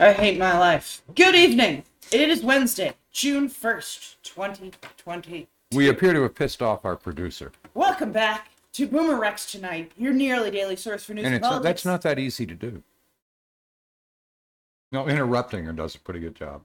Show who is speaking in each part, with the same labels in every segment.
Speaker 1: I hate my life. Good evening. It is Wednesday, June 1st, 2020.
Speaker 2: We appear to have pissed off our producer,
Speaker 1: Welcome back to Boomer Rex tonight, your nearly daily source for news
Speaker 2: and
Speaker 1: and,
Speaker 2: it's uh,
Speaker 1: politics.
Speaker 2: that's not that easy to do. No, interrupting her does a pretty good job.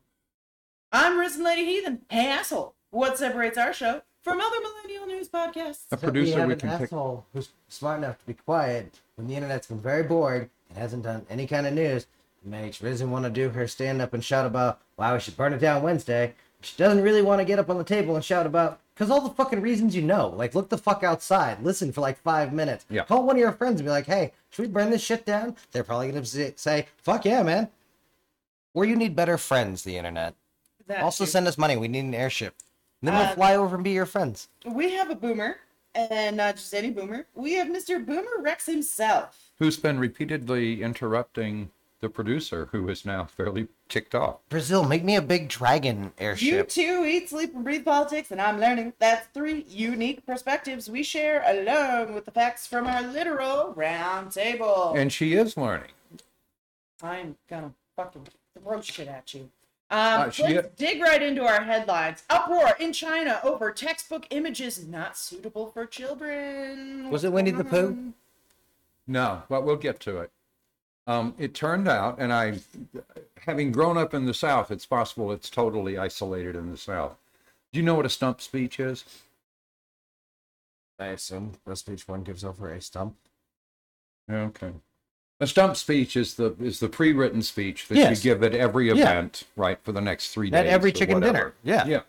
Speaker 1: I'm Risen Lady Heathen. Hey, asshole. What separates our show from other millennial news podcasts?
Speaker 2: A
Speaker 3: Except we
Speaker 2: producer
Speaker 3: have
Speaker 2: we
Speaker 3: an
Speaker 2: can pick.
Speaker 3: asshole who's smart enough to be quiet when the internet's been very bored and hasn't done any kind of news. It makes Risen want to do her stand up and shout about why we should burn it down Wednesday. She doesn't really want to get up on the table and shout about because all the fucking reasons you know. Like, look the fuck outside, listen for like five minutes.
Speaker 2: Yeah.
Speaker 3: Call one of your friends and be like, hey, should we burn this shit down? They're probably going to say, fuck yeah, man. Or you need better friends, the internet.
Speaker 1: That
Speaker 3: Also,
Speaker 1: too.
Speaker 3: send us money. We need an airship. And then
Speaker 1: Uh,
Speaker 3: we'll fly over and be your friends.
Speaker 1: we have a boomer, and not just any boomer. We have Mr. Boomer Rex himself.
Speaker 2: Who's been repeatedly interrupting the producer, who is now fairly kicked off.
Speaker 3: Brazil, make me a big dragon
Speaker 1: You
Speaker 3: airship.
Speaker 1: too eat, sleep, and breathe politics, and I'm learning. That's three unique perspectives we share alone with the facts from our literal round table.
Speaker 2: And she is learning.
Speaker 1: I'm gonna fucking throw shit at you. Um,
Speaker 2: Uh,
Speaker 1: let's
Speaker 2: she-
Speaker 1: dig right into our headlines. Uproar in China over textbook images not suitable for children. Um,
Speaker 3: Was it Winnie the Pooh?
Speaker 2: No, but we'll get to it. Um, it turned out, and I, having grown up in the South, it's possible it's totally isolated in the South. Do you know what a stump speech is?
Speaker 3: I assume this speech one gives over a stump.
Speaker 2: Okay. A stump speech is the is the pre-written speech that
Speaker 3: Yes.
Speaker 2: you give at every
Speaker 3: Yeah.
Speaker 2: event, right, for the next three
Speaker 3: At
Speaker 2: days.
Speaker 3: every
Speaker 2: or
Speaker 3: chicken
Speaker 2: whatever.
Speaker 3: dinner. Yeah.
Speaker 2: Yeah.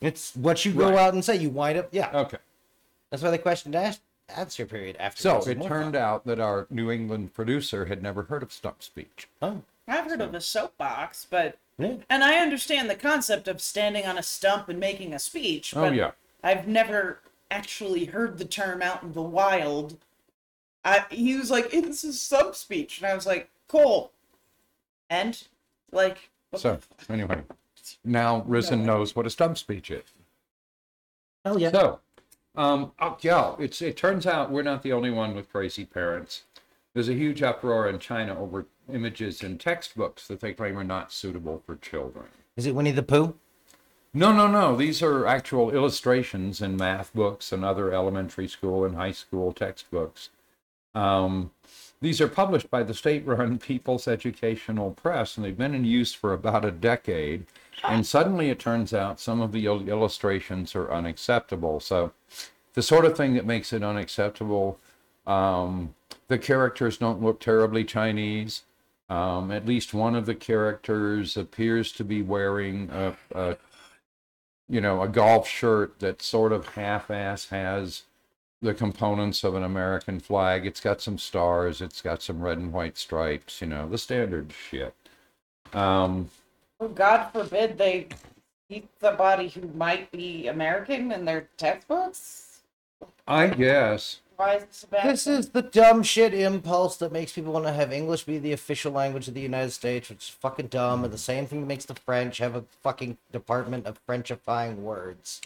Speaker 3: It's what you go
Speaker 2: Right.
Speaker 3: out and say. You wind up. Yeah.
Speaker 2: Okay.
Speaker 3: That's why they question dash answer period after.
Speaker 2: So it turned out that our New England producer had never heard of stump speech.
Speaker 3: Oh,
Speaker 1: I've heard of a soapbox, but
Speaker 3: yeah.
Speaker 1: and I understand the concept of standing on a stump and making a speech.
Speaker 2: Oh,
Speaker 1: But
Speaker 2: yeah.
Speaker 1: I've never actually heard the term out in the wild. I he was like, "This is stump speech," and I was like, "Cool." And like, what
Speaker 2: So
Speaker 1: the
Speaker 2: anyway, now Risen knows what a stump speech is.
Speaker 3: Hell yeah.
Speaker 2: So, um, oh, yeah, it's it turns out we're not the only one with crazy parents. There's a huge uproar in China over images in textbooks that they claim are not suitable for children.
Speaker 3: Is it Winnie the Pooh?
Speaker 2: No, no, no. These are actual illustrations in math books and other elementary school and high school textbooks. Um, these are published by the state run People's Educational Press, and they've been in use for about a decade. And suddenly it turns out some of the il- illustrations are unacceptable. So, the sort of thing that makes it unacceptable um, the characters don't look terribly Chinese. Um, at least one of the characters appears to be wearing a, a you know, a golf shirt that sort of half-ass has the components of an American flag. It's got some stars. It's got some red and white stripes. You know, the standard shit. Um,
Speaker 1: Oh, God forbid they eat somebody who might be American in their textbooks.
Speaker 2: I guess.
Speaker 1: Why is this a bad
Speaker 3: This is the dumb shit impulse that makes people want to have English be the official language of the United States, which is fucking dumb, and the same thing that makes the French have a fucking department of Frenchifying words.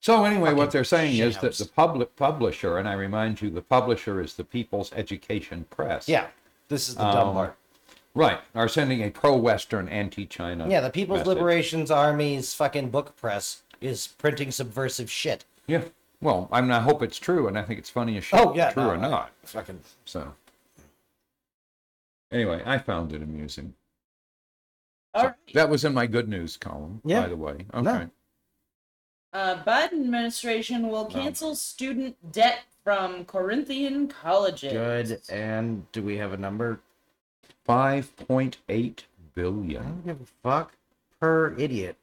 Speaker 2: So anyway, what they're saying is that
Speaker 3: shams.
Speaker 2: the public publisher, and I remind you, the publisher is the People's Education Press.
Speaker 3: Yeah. This is the dumb
Speaker 2: Um,
Speaker 3: part.
Speaker 2: Right. Are sending a pro-Western, anti-China.
Speaker 3: Yeah, the People's
Speaker 2: message.
Speaker 3: Liberation's Army's fucking book press is printing subversive shit.
Speaker 2: Yeah. Well, I mean, I hope it's true, and I think it's funny as shit.
Speaker 3: Oh, yeah,
Speaker 2: True
Speaker 3: no,
Speaker 2: or
Speaker 3: I-
Speaker 2: not.
Speaker 3: Fucking
Speaker 2: So, anyway, I found it amusing.
Speaker 1: All right.
Speaker 2: That was in my good news column, by
Speaker 3: Yeah.
Speaker 2: the way. Okay.
Speaker 3: No.
Speaker 1: Uh, Biden administration will cancel student debt from Corinthian colleges.
Speaker 3: good. And do we have a number?
Speaker 2: 5.8
Speaker 3: I
Speaker 2: billion.
Speaker 3: don't give a fuck per idiot.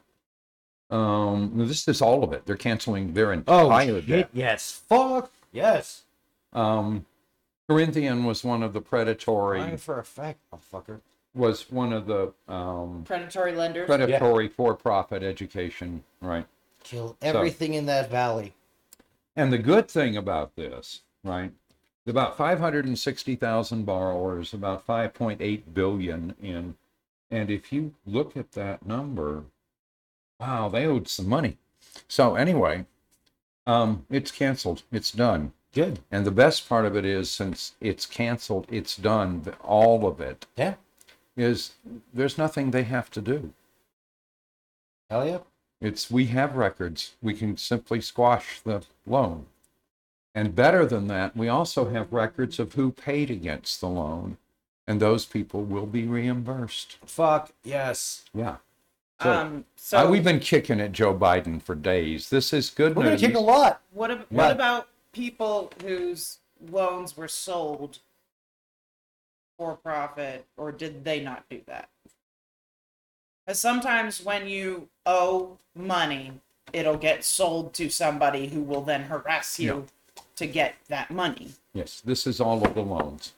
Speaker 2: Um, no, this is all of it. They're canceling their entire
Speaker 3: Oh,
Speaker 2: debt.
Speaker 3: shit, yes. Fuck yes.
Speaker 2: Um, Corinthian was one of the
Speaker 3: Lying
Speaker 2: predatory,
Speaker 3: for a fact, motherfucker.
Speaker 2: was one of the um,
Speaker 1: Predatory lenders.
Speaker 2: predatory for-profit education, right?
Speaker 3: Kill everything in that valley.
Speaker 2: And the good thing about this, right? About 560,000 borrowers, about 5.8 billion in. And if you look at that number, wow, they owed some money. So anyway, um, it's canceled. It's done.
Speaker 3: Good.
Speaker 2: And the best part of it is since it's canceled, it's done, all of it.
Speaker 3: Yeah.
Speaker 2: is there's nothing they have to do.
Speaker 3: Hell yeah.
Speaker 2: It's we have records. We can simply squash the loan. And better than that, we also have records of who paid against the loan, and those people will be reimbursed.
Speaker 3: Fuck yes.
Speaker 2: Yeah. So,
Speaker 1: Um,
Speaker 2: Uh,
Speaker 1: so
Speaker 2: we've been kicking at Joe Biden for days. This is good
Speaker 3: We're gonna
Speaker 2: news.
Speaker 3: kick a lot.
Speaker 1: what, ab-
Speaker 2: Yeah.
Speaker 1: what about people whose loans were sold for profit, or did they not do that? Because sometimes when you owe money, it'll get sold to somebody who will then harass you to get that money.
Speaker 2: yes, this is all of the loans.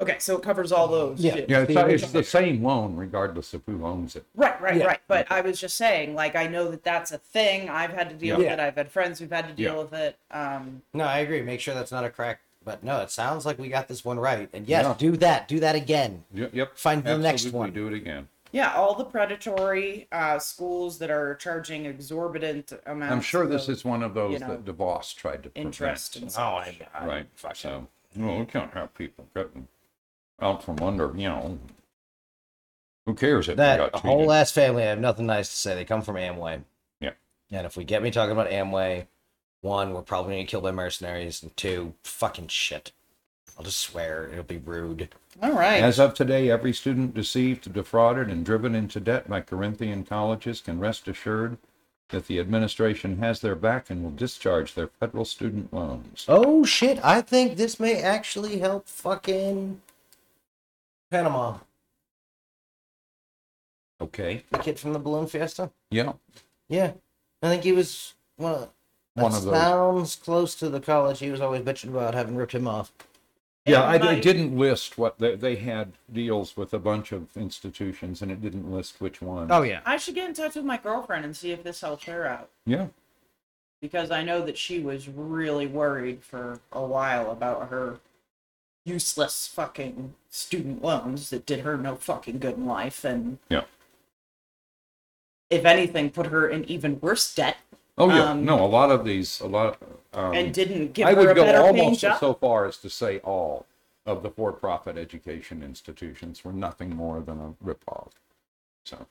Speaker 1: Okay, so it covers all those.
Speaker 3: Yeah.
Speaker 1: too.
Speaker 2: Yeah, it's,
Speaker 3: The
Speaker 2: it's the same loan regardless of who owns it.
Speaker 1: Right, right,
Speaker 3: Yeah.
Speaker 1: right. But I was just saying, like, I know that that's a thing. I've had to deal
Speaker 2: Yeah.
Speaker 1: with it. I've had friends who've had to deal
Speaker 2: Yeah.
Speaker 1: with it. Um,
Speaker 3: No, I agree. Make sure that's not a crack. But no, it sounds like we got this one right. And yes,
Speaker 2: Yeah.
Speaker 3: do that. Do that again.
Speaker 2: Yep. yep.
Speaker 3: Find the next
Speaker 2: Absolutely
Speaker 3: one.
Speaker 2: Do it again.
Speaker 1: yeah, all the predatory uh, schools that are charging exorbitant amounts.
Speaker 2: I'm sure this
Speaker 1: of
Speaker 2: is one of those
Speaker 1: you know,
Speaker 2: that DeVos tried to prevent.
Speaker 1: interest and
Speaker 3: Oh,
Speaker 1: stuff.
Speaker 3: I, I
Speaker 2: Right.
Speaker 3: fuck it.
Speaker 2: So, well, we can't have people getting out from under, you know. Who cares if they
Speaker 3: That
Speaker 2: got cheated?
Speaker 3: whole ass family, I have nothing nice to say. They come from Amway.
Speaker 2: Yeah.
Speaker 3: And if we get me talking about Amway, one, we're probably gonna get killed by mercenaries, and two, fucking shit. I'll just swear it'll be rude.
Speaker 1: All right.
Speaker 2: As of today, every student deceived, defrauded, and driven into debt by Corinthian colleges can rest assured that the administration has their back and will discharge their federal student loans.
Speaker 3: Oh shit! I think this may actually help fucking Panama.
Speaker 2: Okay.
Speaker 3: The kid from the balloon fiesta.
Speaker 2: Yeah.
Speaker 3: Yeah, I think he was one. Of, that
Speaker 2: One of those.
Speaker 3: sounds close to the college he was always bitching about having ripped him off.
Speaker 2: Yeah, I,
Speaker 1: And
Speaker 2: I
Speaker 1: my-
Speaker 2: didn't list what they, they had deals with a bunch of institutions, and it didn't list which one.
Speaker 3: yeah.
Speaker 1: I should get in touch with my girlfriend and see if this helps her out
Speaker 2: Yeah.
Speaker 1: because I know that she was really worried for a while about her useless fucking student loans that did her no fucking good in life and
Speaker 2: Yeah.
Speaker 1: if anything put her in even worse debt
Speaker 2: Oh yeah.
Speaker 1: Um,
Speaker 2: no, a lot of these, a lot. Um,
Speaker 1: and didn't give
Speaker 2: I
Speaker 1: her a
Speaker 2: would go
Speaker 1: better paying
Speaker 2: almost
Speaker 1: job.
Speaker 2: so far as to say all of the for-profit education institutions were nothing more than a ripoff. So,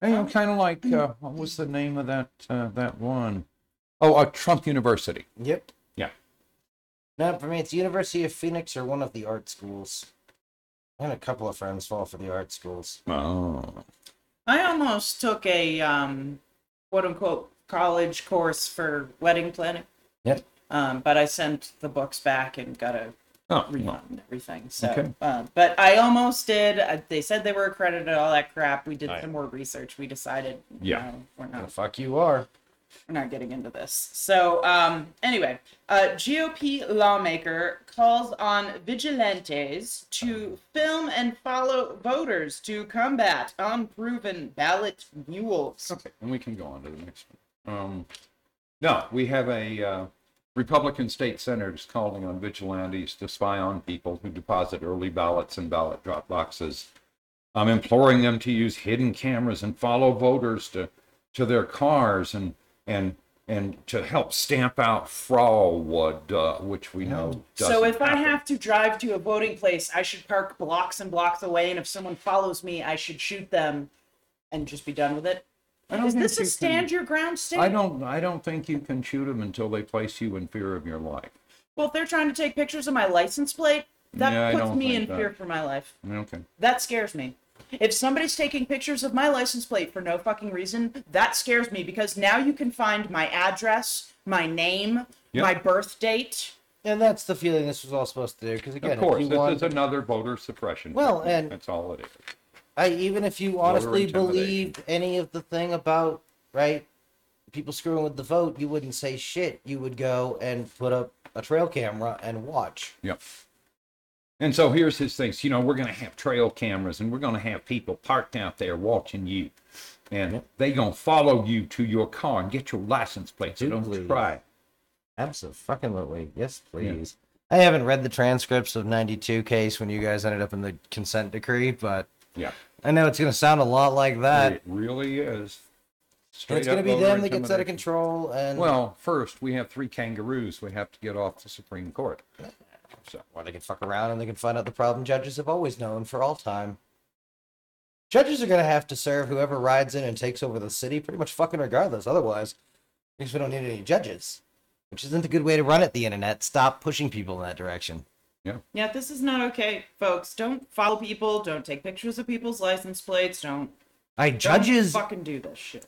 Speaker 2: hey, I'm kind of like uh, what was the name of that uh, that one? Oh, uh, Trump University.
Speaker 3: Yep.
Speaker 2: Yeah.
Speaker 3: No, for me, it's University of Phoenix or one of the art schools. I had a couple of friends fall for the art schools.
Speaker 2: Oh,
Speaker 1: I almost took a um, quote unquote college course for wedding planning,
Speaker 3: Yep.
Speaker 1: um, but I sent the books back and got a
Speaker 2: oh,
Speaker 1: refund
Speaker 2: well,
Speaker 1: and everything. So,
Speaker 2: Okay.
Speaker 1: uh, but I almost did. Uh, they said they were accredited, all that crap. We did
Speaker 3: Alright.
Speaker 1: some more research. We decided,
Speaker 2: Yeah.
Speaker 1: no, we're
Speaker 3: The
Speaker 1: not
Speaker 3: fuck you are.
Speaker 1: we're not getting into this. So, um, anyway, uh, GOP lawmaker calls on vigilantes to film and follow voters to combat unproven ballot mules.
Speaker 2: okay, and we can go on to the next one. Um, no, we have a uh, Republican state senators calling on vigilantes to spy on people who deposit early ballots in ballot drop boxes. I'm imploring them to use hidden cameras and follow voters to, to their cars and and and to help stamp out fraud, uh, which we know. Doesn't
Speaker 1: So if I
Speaker 2: happen.
Speaker 1: have to drive to a voting place, I should park blocks and blocks away, and if someone follows me, I should shoot them, and just be done with it.
Speaker 2: I don't
Speaker 1: Is
Speaker 2: think
Speaker 1: this
Speaker 2: you
Speaker 1: a
Speaker 2: can-
Speaker 1: stand your ground state?
Speaker 2: I don't, I don't think you can shoot them until they place you in fear of your life.
Speaker 1: Well, if they're trying to take pictures of my license plate, that
Speaker 2: Yeah, I
Speaker 1: puts
Speaker 2: don't
Speaker 1: me in
Speaker 2: think that-
Speaker 1: fear for my life.
Speaker 2: Okay.
Speaker 1: That scares me. If somebody's taking pictures of my license plate for no fucking reason, that scares me because now you can find my address, my name,
Speaker 2: Yeah.
Speaker 1: my birth date.
Speaker 3: And that's the feeling this was all supposed to do. Because again,
Speaker 2: Of course,
Speaker 3: if
Speaker 2: this
Speaker 3: you want,
Speaker 2: is another voter suppression.
Speaker 3: Well,
Speaker 2: technique.
Speaker 3: and-
Speaker 2: That's all it is.
Speaker 3: I, even if you honestly
Speaker 2: intimidation.
Speaker 3: believe any of the thing about right people screwing with the vote, you wouldn't say shit. You would go and put up a trail camera and watch.
Speaker 2: Yep. And so here's his things. You know, we're going to have trail cameras and we're going to have people parked out there watching you. And they going to follow you to your car and get your license plate. So
Speaker 3: Doodly.
Speaker 2: don't try.
Speaker 3: Absolutely. Yes, please. I haven't read the transcripts of 92 case when you guys ended up in the consent decree, but
Speaker 2: Yeah.
Speaker 3: I know it's going to sound a lot like that.
Speaker 2: it really is.
Speaker 3: And it's
Speaker 2: Straight
Speaker 3: going to
Speaker 2: up
Speaker 3: be
Speaker 2: voter
Speaker 3: them that gets out of
Speaker 2: intimidation.
Speaker 3: control and
Speaker 2: Well, first, we have three kangaroos we have to get off the Supreme Court. So
Speaker 3: Or they can fuck around and they can find out the problem judges have always known for all time. Judges are going to have to serve whoever rides in and takes over the city pretty much fucking regardless. Otherwise, at least we don't need any judges, which isn't a good way to run it, the internet. Stop pushing people in that direction.
Speaker 1: Yeah, this is not okay, folks. Don't follow people. Don't take pictures of people's license plates. Don't
Speaker 3: I judges.
Speaker 1: don't fucking do this shit.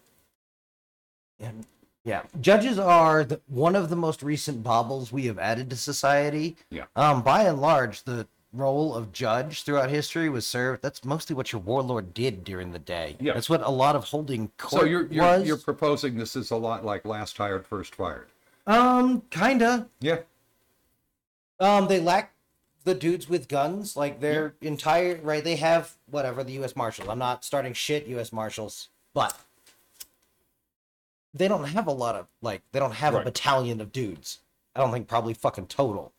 Speaker 3: Yeah, judges are the, one of the most recent baubles we have added to society.
Speaker 2: Yeah.
Speaker 3: Um, by and large, the role of judge throughout history was served. That's mostly what your warlord did during the day.
Speaker 2: Yeah.
Speaker 3: That's what a lot of holding court
Speaker 2: so you're you're,
Speaker 3: was.
Speaker 2: you're proposing this is a lot like last hired first fired.
Speaker 3: Um, kinda.
Speaker 2: Yeah.
Speaker 3: Um, they lack the dudes with guns. Like their entire right, they have whatever the U.S. Marshals. I'm not starting shit, U.S. Marshals, but they don't have a lot of like they don't have a
Speaker 2: Right.
Speaker 3: battalion of dudes. I don't think probably fucking total.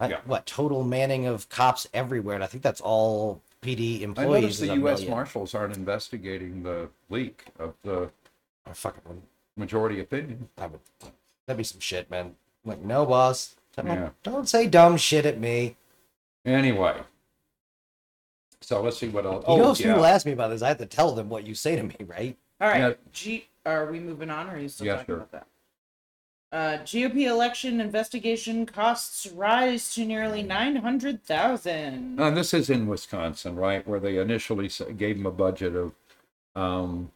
Speaker 3: I-
Speaker 2: Yeah.
Speaker 3: What total manning of cops everywhere? And I think that's all PD
Speaker 2: I
Speaker 3: employees.
Speaker 2: noticed
Speaker 3: is
Speaker 2: the
Speaker 3: a
Speaker 2: U.S.
Speaker 3: million.
Speaker 2: Marshals aren't investigating the leak of the
Speaker 3: I fucking wouldn't-
Speaker 2: majority opinion.
Speaker 3: I would. That'd be some shit, man. Like no, boss. Don't,
Speaker 2: Yeah.
Speaker 3: don't say dumb shit at me.
Speaker 2: Anyway, so let's see what else.
Speaker 3: You know,
Speaker 2: Oh,
Speaker 3: if people
Speaker 2: yeah.
Speaker 3: ask me about this, I have to tell them what you say to me, right?
Speaker 1: All right,
Speaker 2: Yeah.
Speaker 1: G. Are we moving on, or are you still
Speaker 2: Yeah,
Speaker 1: talking
Speaker 2: sure.
Speaker 1: about that? Uh, GOP election investigation costs rise to nearly nine hundred thousand.
Speaker 2: And this is in Wisconsin, right, where they initially s- gave them a budget of um,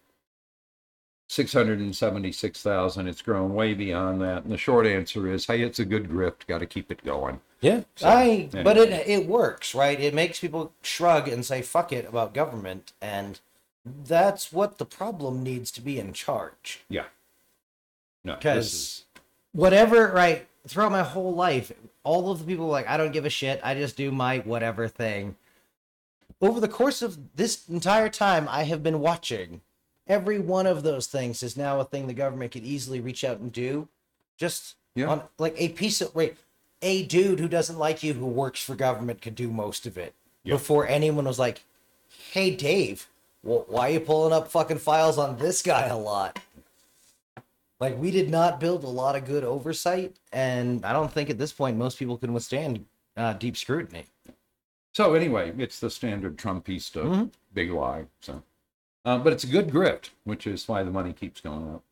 Speaker 2: six hundred and seventy-six thousand. It's grown way beyond that. And the short answer is, hey, it's a good grift. Got to keep it going.
Speaker 3: Yeah,
Speaker 2: So,
Speaker 3: I.
Speaker 2: yeah.
Speaker 3: But it it works, right? It makes people shrug and say "fuck it" about government, and that's what the problem needs to be in charge.
Speaker 2: Yeah. No, this
Speaker 3: Because
Speaker 2: is-
Speaker 3: whatever, right? Throughout my whole life, all of the people were like, I don't give a shit. I just do my whatever thing. Over the course of this entire time, I have been watching. Every one of those things is now a thing the government could easily reach out and do. Just
Speaker 2: Yeah.
Speaker 3: on like a piece of wait, a dude who doesn't like you who works for government could do most of it
Speaker 2: Yeah.
Speaker 3: before anyone was like, "Hey, Dave, wh- why are you pulling up fucking files on this guy a lot?" Like we did not build a lot of good oversight, and I don't think at this point most people can withstand uh, deep scrutiny.
Speaker 2: So anyway, it's the standard Trumpista
Speaker 3: Mhm.
Speaker 2: big lie. So, uh, but it's a good grift, which is why the money keeps going up.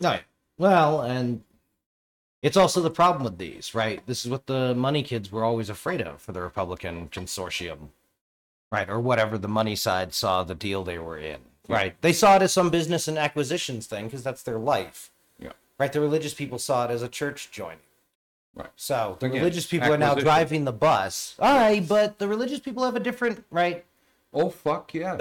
Speaker 3: No, well, and it's also the problem with these, right? This is what the money kids were always afraid of for the Republican consortium, right? Or whatever the money side saw the deal they were in, right? They saw it as some business and acquisitions thing because that's their life,
Speaker 2: Yeah.
Speaker 3: right? The religious people saw it as a church joining.
Speaker 2: Right.
Speaker 3: So the
Speaker 2: Again,
Speaker 3: religious people are now
Speaker 2: acquisition.
Speaker 3: driving the bus. Aye, but the religious people have a different right.
Speaker 2: Oh fuck yeah,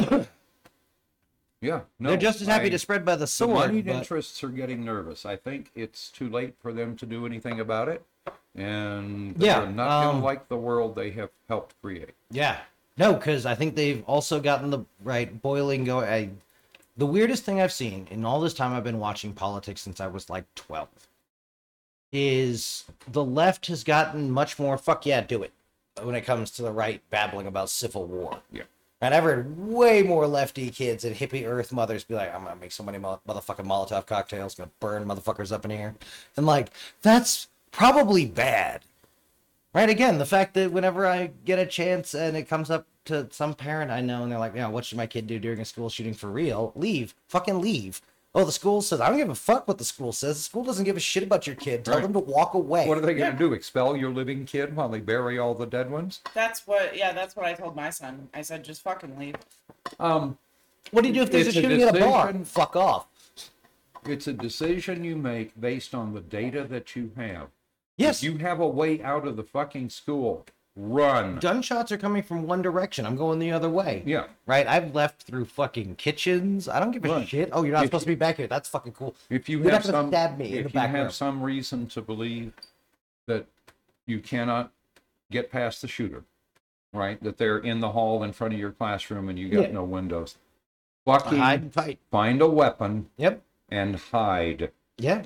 Speaker 2: yeah. No,
Speaker 3: They're just as happy
Speaker 2: I-
Speaker 3: to spread by the
Speaker 2: The
Speaker 3: sword.
Speaker 2: moneyed
Speaker 3: but-
Speaker 2: interests are getting nervous. I think it's too late for them to do anything about it, and they're
Speaker 3: Yeah,
Speaker 2: not going
Speaker 3: um,
Speaker 2: to like the world they have helped create.
Speaker 3: Yeah. No, because I think they've also gotten the right boiling going. I, the weirdest thing I've seen in all this time I've been watching politics since I was like 12 is the left has gotten much more, fuck yeah, do it, when it comes to the right babbling about civil war.
Speaker 2: Yeah.
Speaker 3: And I've heard way more lefty kids and hippie earth mothers be like, I'm gonna make so many mo- motherfucking Molotov cocktails, gonna burn motherfuckers up in here. And like, that's probably bad. Right? Again, the fact that whenever I get a chance and it comes up to some parent I know and they're like, yeah, what should my kid do during a school shooting for real? Leave. Fucking leave. Oh, the school says, I don't give a fuck what the school says. The school doesn't give a shit about your kid. Tell
Speaker 2: Right.
Speaker 3: them to walk away.
Speaker 2: What are they going to do? Expel your living kid while they bury all the dead ones?
Speaker 1: That's what. Yeah, that's what I told my son. I said, just fucking leave.
Speaker 2: Um,
Speaker 3: What do you do if there's
Speaker 2: It's
Speaker 3: a
Speaker 2: a
Speaker 3: shooting at a bar?
Speaker 2: decision.
Speaker 3: Fuck off.
Speaker 2: it's a decision you make based on the data that you have. If
Speaker 3: Yes.
Speaker 2: you have a way out of the fucking school, run.
Speaker 3: gunshots are coming from one direction. I'm going the other way.
Speaker 2: Yeah.
Speaker 3: Right? I've left through fucking kitchens. I don't give a
Speaker 2: Right.
Speaker 3: shit. Oh, you're not
Speaker 2: If
Speaker 3: supposed to be back here. That's fucking cool.
Speaker 2: If you
Speaker 3: You're
Speaker 2: have
Speaker 3: not gonna
Speaker 2: some,
Speaker 3: stab me in
Speaker 2: if
Speaker 3: the
Speaker 2: you
Speaker 3: back
Speaker 2: have
Speaker 3: room.
Speaker 2: some reason to believe that you cannot get past the shooter, right? That they're in the hall in front of your classroom and you got
Speaker 3: Yeah.
Speaker 2: no windows.
Speaker 3: I
Speaker 2: Fucking
Speaker 3: hide and fight.
Speaker 2: find a weapon
Speaker 3: Yep.
Speaker 2: and hide.
Speaker 3: Yeah.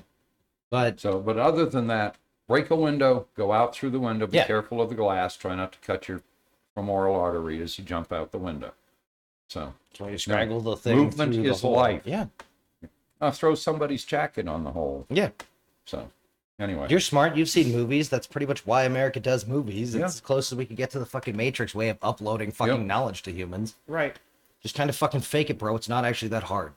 Speaker 3: But
Speaker 2: So, but other than that, break a window, go out through the window, be
Speaker 3: Yeah.
Speaker 2: careful of the glass, try not to cut your femoral artery as you jump out the window. So,
Speaker 3: so you strangle the thing.
Speaker 2: Movement
Speaker 3: through the
Speaker 2: is
Speaker 3: hole.
Speaker 2: life.
Speaker 3: Yeah.
Speaker 2: uh, throw somebody's jacket on the hole.
Speaker 3: Yeah.
Speaker 2: So, Anyway,
Speaker 3: You're smart. You've seen movies. That's pretty much why America does movies. It's
Speaker 2: Yeah.
Speaker 3: as close as we could get to the fucking Matrix way of uploading fucking
Speaker 2: Yep.
Speaker 3: knowledge to humans.
Speaker 1: Right.
Speaker 3: Just kind of fucking fake it, bro. It's not actually that hard.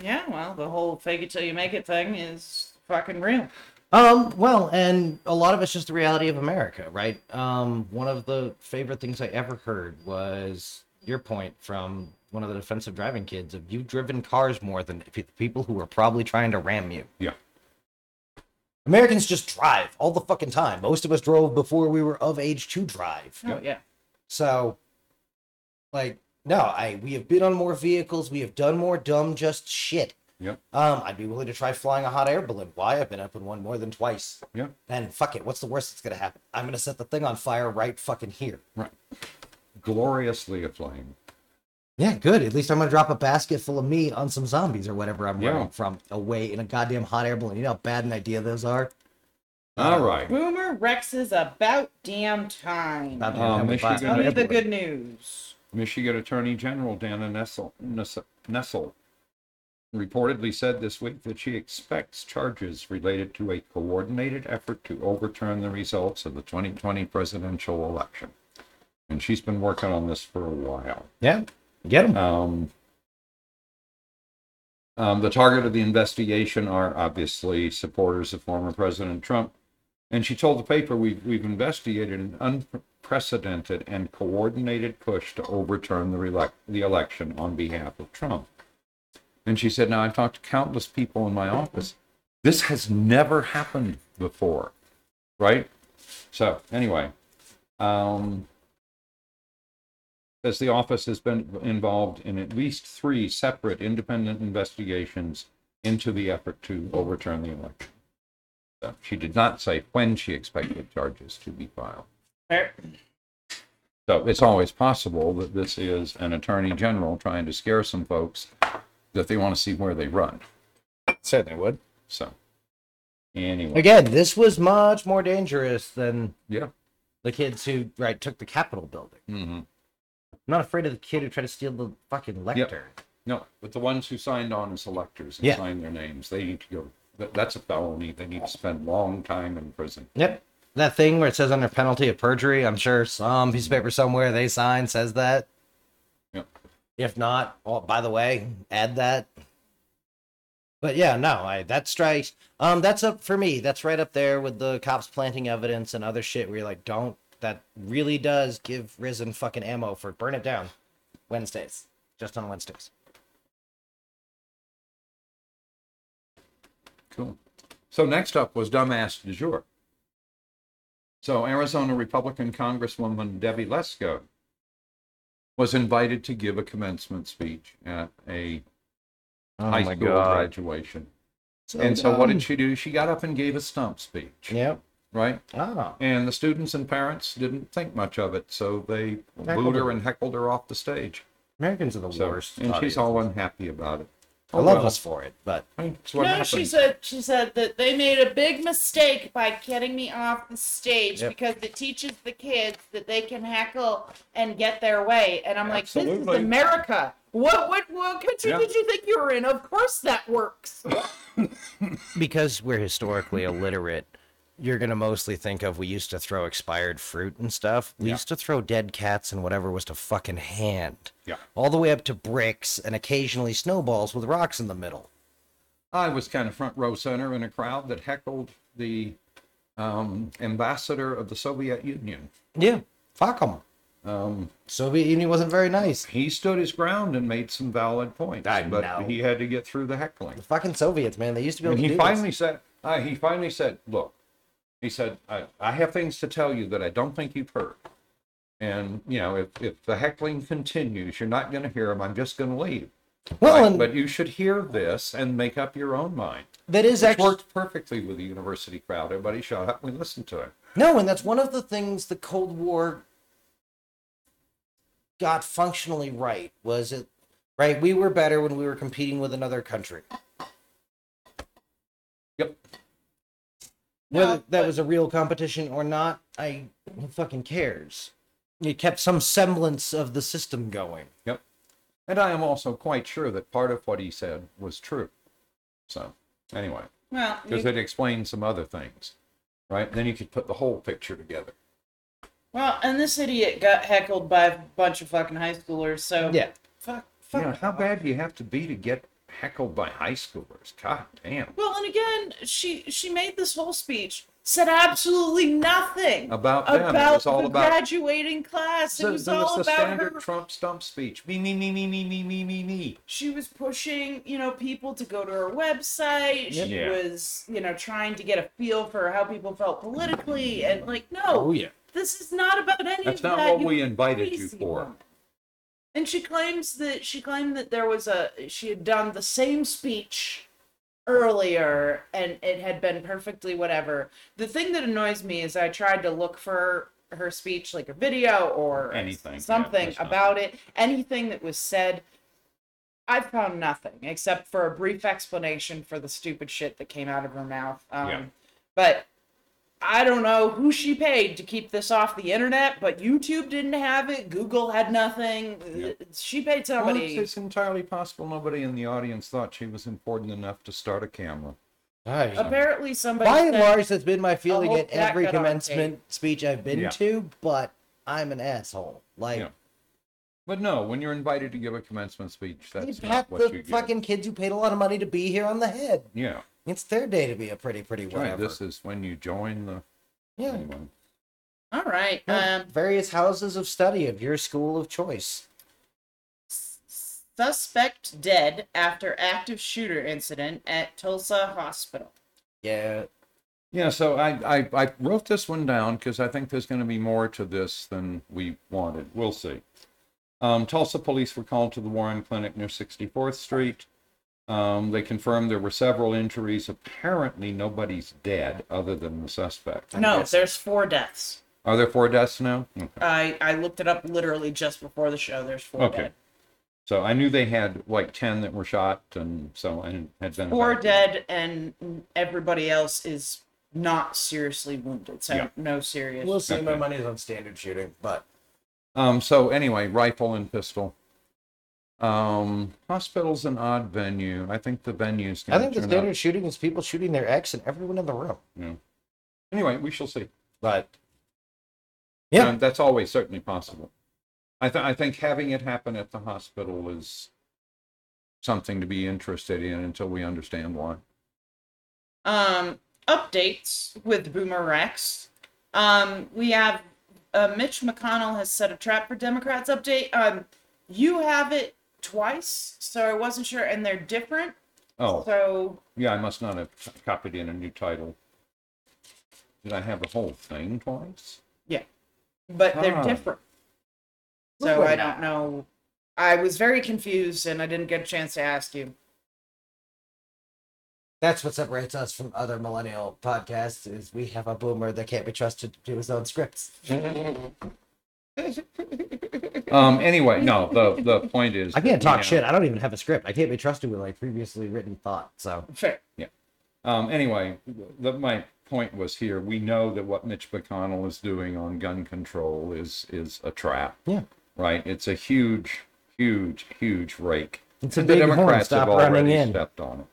Speaker 1: Yeah, well, the whole fake it till you make it thing is fucking real.
Speaker 3: Um, well, and a lot of it's just the reality of America, right? Um, one of the favorite things I ever heard was your point from one of the defensive driving kids of you've driven cars more than the people who are probably trying to ram you.
Speaker 2: yeah,
Speaker 3: Americans just drive all the fucking time. Most of us drove before we were of age to drive.
Speaker 1: Oh, yeah.
Speaker 3: So, like, no, I we have been on more vehicles. We have done more dumb just shit.
Speaker 2: yep,
Speaker 3: Um, I'd be willing to try flying a hot air balloon. Why? I've been up in one more than twice.
Speaker 2: yep,
Speaker 3: And fuck it, what's the worst that's gonna happen? I'm gonna set the thing on fire right fucking here.
Speaker 2: right. Gloriously aflame.
Speaker 3: Yeah, good. At least I'm gonna drop a basket full of meat on some zombies or whatever I'm
Speaker 2: Yeah.
Speaker 3: running from away in a goddamn hot air balloon. You know how bad an idea those are. Uh,
Speaker 2: All right.
Speaker 1: Boomer Rex is about damn time.
Speaker 3: About
Speaker 2: Um,
Speaker 3: how we
Speaker 2: they
Speaker 3: buy-
Speaker 2: should
Speaker 1: Tell
Speaker 2: go
Speaker 1: me
Speaker 2: to-
Speaker 1: the good news.
Speaker 2: Michigan Attorney General Dana Nessel, Nessel, Nessel reportedly said this week that she expects charges related to a coordinated effort to overturn the results of the 2020 presidential election. And she's been working on this for a while.
Speaker 3: yeah, get them.
Speaker 2: Um, um, the target of the investigation are obviously supporters of former President Trump. And she told the paper, we've, we've investigated an unprecedented and coordinated push to overturn the, relec- the election on behalf of Trump. And she said, Now, I've talked to countless people in my office. This has never happened before, right? So, anyway, um, as the office has been involved in at least three separate independent investigations into the effort to overturn the election. So she did not say when she expected charges to be filed.
Speaker 1: Fair.
Speaker 2: So it's always possible that this is an attorney general trying to scare some folks that they want to see where they run.
Speaker 3: Certainly would.
Speaker 2: So, anyway,
Speaker 3: Again, this was much more dangerous than
Speaker 2: yeah.
Speaker 3: the kids who right took the Capitol building.
Speaker 2: hmm
Speaker 3: I'm not afraid of the kid who tried to steal the fucking lectern.
Speaker 2: No, but the ones who signed on as electors and
Speaker 3: Yeah.
Speaker 2: signed their names, they need to go. That, that's a felony. They need to spend long time in prison.
Speaker 3: Yep. That thing where it says under penalty of perjury, I'm sure some piece of paper somewhere they sign says that.
Speaker 2: Yep.
Speaker 3: If not, oh, by the way, add that. But yeah, no, I that strikes. Um, that's up for me. That's right up there with the cops planting evidence and other shit. Where you're like, don't. That really does give Risen fucking ammo for burn it down. Wednesdays, just on Wednesdays.
Speaker 2: Cool. So next up was dumbass du jour. So Arizona Republican Congresswoman Debbie Lesko was invited to give a commencement speech at a
Speaker 3: Oh
Speaker 2: high school graduation.
Speaker 3: So
Speaker 2: and so what
Speaker 3: dumb.
Speaker 2: did she do? She got up and gave a stump speech,
Speaker 3: Yep.
Speaker 2: right?
Speaker 3: Oh.
Speaker 2: And the students and parents didn't think much of it, so they
Speaker 3: Heckled
Speaker 2: booed
Speaker 3: her.
Speaker 2: her and heckled her off the stage.
Speaker 3: Americans are the
Speaker 2: So,
Speaker 3: worst.
Speaker 2: and she's
Speaker 3: audience.
Speaker 2: all unhappy about it.
Speaker 3: I
Speaker 2: Oh,
Speaker 3: love
Speaker 2: well.
Speaker 3: us for it, but
Speaker 2: I mean, it's
Speaker 1: No,
Speaker 2: what happens.
Speaker 1: she said she said that they made a big mistake by getting me off the stage
Speaker 3: Yep.
Speaker 1: because it teaches the kids that they can heckle and get their way. And I'm like, this
Speaker 2: Absolutely.
Speaker 1: is America. What what what country
Speaker 2: Yeah.
Speaker 1: did you think you were in? Of course that works.
Speaker 3: because we're historically illiterate, you're gonna mostly think of we used to throw expired fruit and stuff. We
Speaker 2: Yeah.
Speaker 3: used to throw dead cats and whatever was to fucking hand.
Speaker 2: Yeah.
Speaker 3: All the way up to bricks and occasionally snowballs with rocks in the middle.
Speaker 2: I was kind of front row center in a crowd that heckled the um, ambassador of the Soviet Union.
Speaker 3: Yeah. Fuck them.
Speaker 2: Um,
Speaker 3: Soviet Union wasn't very nice.
Speaker 2: he stood his ground and made some valid points,
Speaker 3: I
Speaker 2: but
Speaker 3: know.
Speaker 2: he had to get through the heckling.
Speaker 3: The fucking Soviets, man, they used to be able
Speaker 2: And
Speaker 3: to
Speaker 2: he
Speaker 3: do
Speaker 2: finally said, uh, he finally said, look, he said, I, I have things to tell you that I don't think you've heard. And, you know, if, if the heckling continues, you're not going to hear him. I'm just going to leave.
Speaker 3: this. Well,
Speaker 2: Like,
Speaker 3: and
Speaker 2: but you should hear this and make up your own mind.
Speaker 3: that is
Speaker 2: It
Speaker 3: actually
Speaker 2: worked perfectly with the university crowd. Everybody shut up and listened to it.
Speaker 3: No, and that's one of the things the Cold War got functionally right. Was it right? We were better when we were competing with another country.
Speaker 2: Yep.
Speaker 3: Whether
Speaker 1: No,
Speaker 3: that
Speaker 1: but-
Speaker 3: was a real competition or not, I who fucking cares? It kept some semblance of the system going.
Speaker 2: Yep. And I am also quite sure that part of what he said was true. So, anyway,
Speaker 1: Well, you
Speaker 2: because it explains some other things. right? Then you could put the whole picture together.
Speaker 1: Well, and this idiot got heckled by a bunch of fucking high schoolers, so
Speaker 3: Yeah.
Speaker 1: fuck,
Speaker 2: You
Speaker 1: fuck.
Speaker 2: know, how bad do you have to be to get heckled by high schoolers? God damn.
Speaker 1: Well, and again, she she made this whole speech, said absolutely nothing
Speaker 2: About them. It was all
Speaker 1: the
Speaker 2: about-
Speaker 1: graduating class.
Speaker 2: So
Speaker 1: it was
Speaker 2: then it's
Speaker 1: all
Speaker 2: the
Speaker 1: about her.
Speaker 2: standard Trump stump speech. Me, me, me, me, me, me, me, me, me.
Speaker 1: she was pushing, you know, people to go to her website.
Speaker 3: Yep.
Speaker 1: She
Speaker 2: Yeah.
Speaker 1: was, you know, trying to get a feel for how people felt politically, and like, no,
Speaker 3: yeah.
Speaker 1: this is not about any
Speaker 2: Oh, That's
Speaker 1: of
Speaker 2: not
Speaker 1: that,
Speaker 2: what
Speaker 1: Oh, you
Speaker 2: we invited you
Speaker 1: crazy
Speaker 2: for.
Speaker 1: woman. And she claims that she claimed that there was a she had done the same speech earlier and it had been perfectly whatever. The thing that annoys me is I tried to look for her speech like a video or
Speaker 2: Anything, yeah,
Speaker 1: something
Speaker 2: there's nothing.
Speaker 1: about it, anything that was said. I found nothing except for a brief explanation for the stupid shit that came out of her mouth. Um,
Speaker 2: Yeah.
Speaker 1: But I don't know who she paid to keep this off the internet, but YouTube didn't have it. Google had nothing.
Speaker 2: Yeah.
Speaker 1: She paid
Speaker 2: Well,
Speaker 1: somebody.
Speaker 2: it's, it's entirely possible nobody in the audience thought she was important enough to start a camera.
Speaker 1: Uh, Apparently, somebody.
Speaker 3: By and
Speaker 1: said-
Speaker 3: large, that's been my feeling
Speaker 1: whole
Speaker 3: at every
Speaker 1: jacket on
Speaker 3: commencement speech I've been
Speaker 2: Yeah.
Speaker 3: to, but I'm an asshole. Like,
Speaker 2: Yeah. But no, when you're invited to give a commencement speech,
Speaker 3: you
Speaker 2: that's
Speaker 3: pat
Speaker 2: not what you
Speaker 3: the
Speaker 2: give.
Speaker 3: fucking kids who paid a lot of money to be here on the head.
Speaker 2: Yeah,
Speaker 3: It's their day to be a pretty, pretty
Speaker 2: right,
Speaker 3: whatever.
Speaker 2: This is when you join the.
Speaker 3: yeah.
Speaker 2: anyway.
Speaker 1: All right.
Speaker 3: Yeah,
Speaker 1: Um,
Speaker 3: various houses of study of your school of choice.
Speaker 1: suspect dead after active shooter incident at Tulsa hospital.
Speaker 3: Yeah.
Speaker 2: Yeah, so I, I, I wrote this one down because I think there's going to be more to this than we wanted. We'll see. Um, Tulsa police were called to the Warren Clinic near 64th Street. Um, they confirmed there were several injuries. Apparently, nobody's dead other than the suspect.
Speaker 1: no,
Speaker 3: guessing.
Speaker 1: there's four deaths.
Speaker 2: Are there four deaths now? Okay.
Speaker 1: I I looked it up literally just before the show. There's four
Speaker 2: Okay.
Speaker 1: dead.
Speaker 2: So I knew they had like ten that were shot, and so and had been
Speaker 1: four dead
Speaker 2: evacuated.
Speaker 1: and everybody else is not seriously wounded so
Speaker 2: Yeah.
Speaker 1: no serious
Speaker 3: We'll see. My
Speaker 2: Okay.
Speaker 3: money's on standard shooting, but
Speaker 2: Um. So anyway, rifle and pistol. Um. Hospital's an odd venue. I think the venue's.
Speaker 3: I
Speaker 2: Gonna
Speaker 3: think the
Speaker 2: turn
Speaker 3: standard
Speaker 2: Out,
Speaker 3: shooting is people shooting their ex and everyone in the room.
Speaker 2: you know. Anyway, we shall see.
Speaker 3: But yeah,
Speaker 2: Um, that's always certainly possible. I th- I think having it happen at the hospital is something to be interested in until we understand why.
Speaker 1: um updates with boomer rex um we have uh, mitch mcconnell has set a trap for democrats update um you have it twice so i wasn't sure and they're different
Speaker 2: Oh,
Speaker 1: so
Speaker 2: yeah. I must not have copied in a new title. Did I have the whole thing twice?
Speaker 1: yeah but they're
Speaker 2: Ah.
Speaker 1: different so
Speaker 3: Really?
Speaker 1: i don't know i was very confused and i didn't get a chance to ask you
Speaker 3: that's what separates us from other millennial podcasts is we have a boomer that can't be trusted to do his own scripts.
Speaker 2: Um. Anyway, no. The the point is,
Speaker 3: I can't
Speaker 2: that we
Speaker 3: talk
Speaker 2: have-
Speaker 3: shit. I don't even have a script. I can't be trusted with like previously written thought. So
Speaker 1: fair
Speaker 2: Um. Anyway, the, my point was here. We know that what Mitch McConnell is doing on gun control is is a trap,
Speaker 3: yeah,
Speaker 2: right? It's a huge, huge, huge rake.
Speaker 3: It's a
Speaker 2: And
Speaker 3: big
Speaker 2: the
Speaker 3: horn.
Speaker 2: Democrats
Speaker 3: Stop
Speaker 2: have already
Speaker 3: running in.
Speaker 2: stepped on it.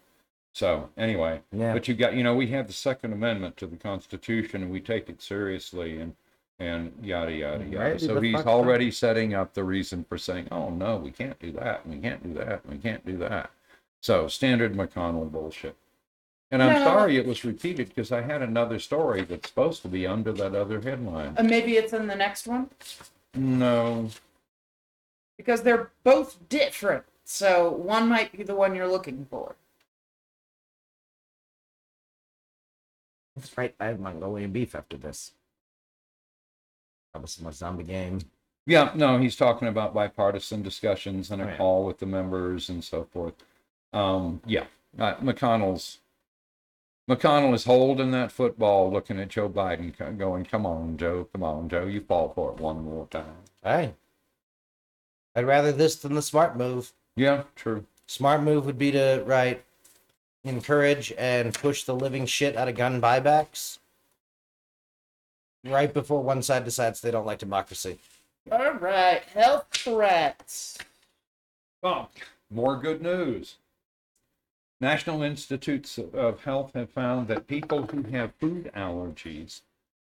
Speaker 2: So anyway,
Speaker 3: Yeah.
Speaker 2: but you got you know we have the Second Amendment to the Constitution and we take it seriously and and yada yada yada.
Speaker 3: Right,
Speaker 2: so
Speaker 3: but
Speaker 2: he's
Speaker 3: fuck that.
Speaker 2: already setting up the reason for saying, oh no, we can't do that, we can't do that, we can't do that. So standard McConnell bullshit. And I'm
Speaker 1: No.
Speaker 2: sorry it was repeated because I had another story that's supposed to be under that other headline.
Speaker 1: Uh, maybe it's in the next one
Speaker 2: No,
Speaker 1: because they're both different. So one might be the one you're looking for.
Speaker 3: that's right. I have Mongolian beef after this. That was my zombie game.
Speaker 2: Yeah, no, he's talking about bipartisan discussions and a
Speaker 3: Oh, yeah.
Speaker 2: call with the members and so forth. Um, yeah, uh, McConnell's McConnell is holding that football, looking at Joe Biden, co- going, "Come on, Joe, come on, Joe, you fall for it one more time."
Speaker 3: Hey, I'd rather this than the smart move.
Speaker 2: Yeah, true.
Speaker 3: Smart move would be to right encourage and push the living shit out of gun buybacks right before one side decides they don't like democracy.
Speaker 1: All right, health threats.
Speaker 2: Well, more good news. National Institutes of Health have found that people who have food allergies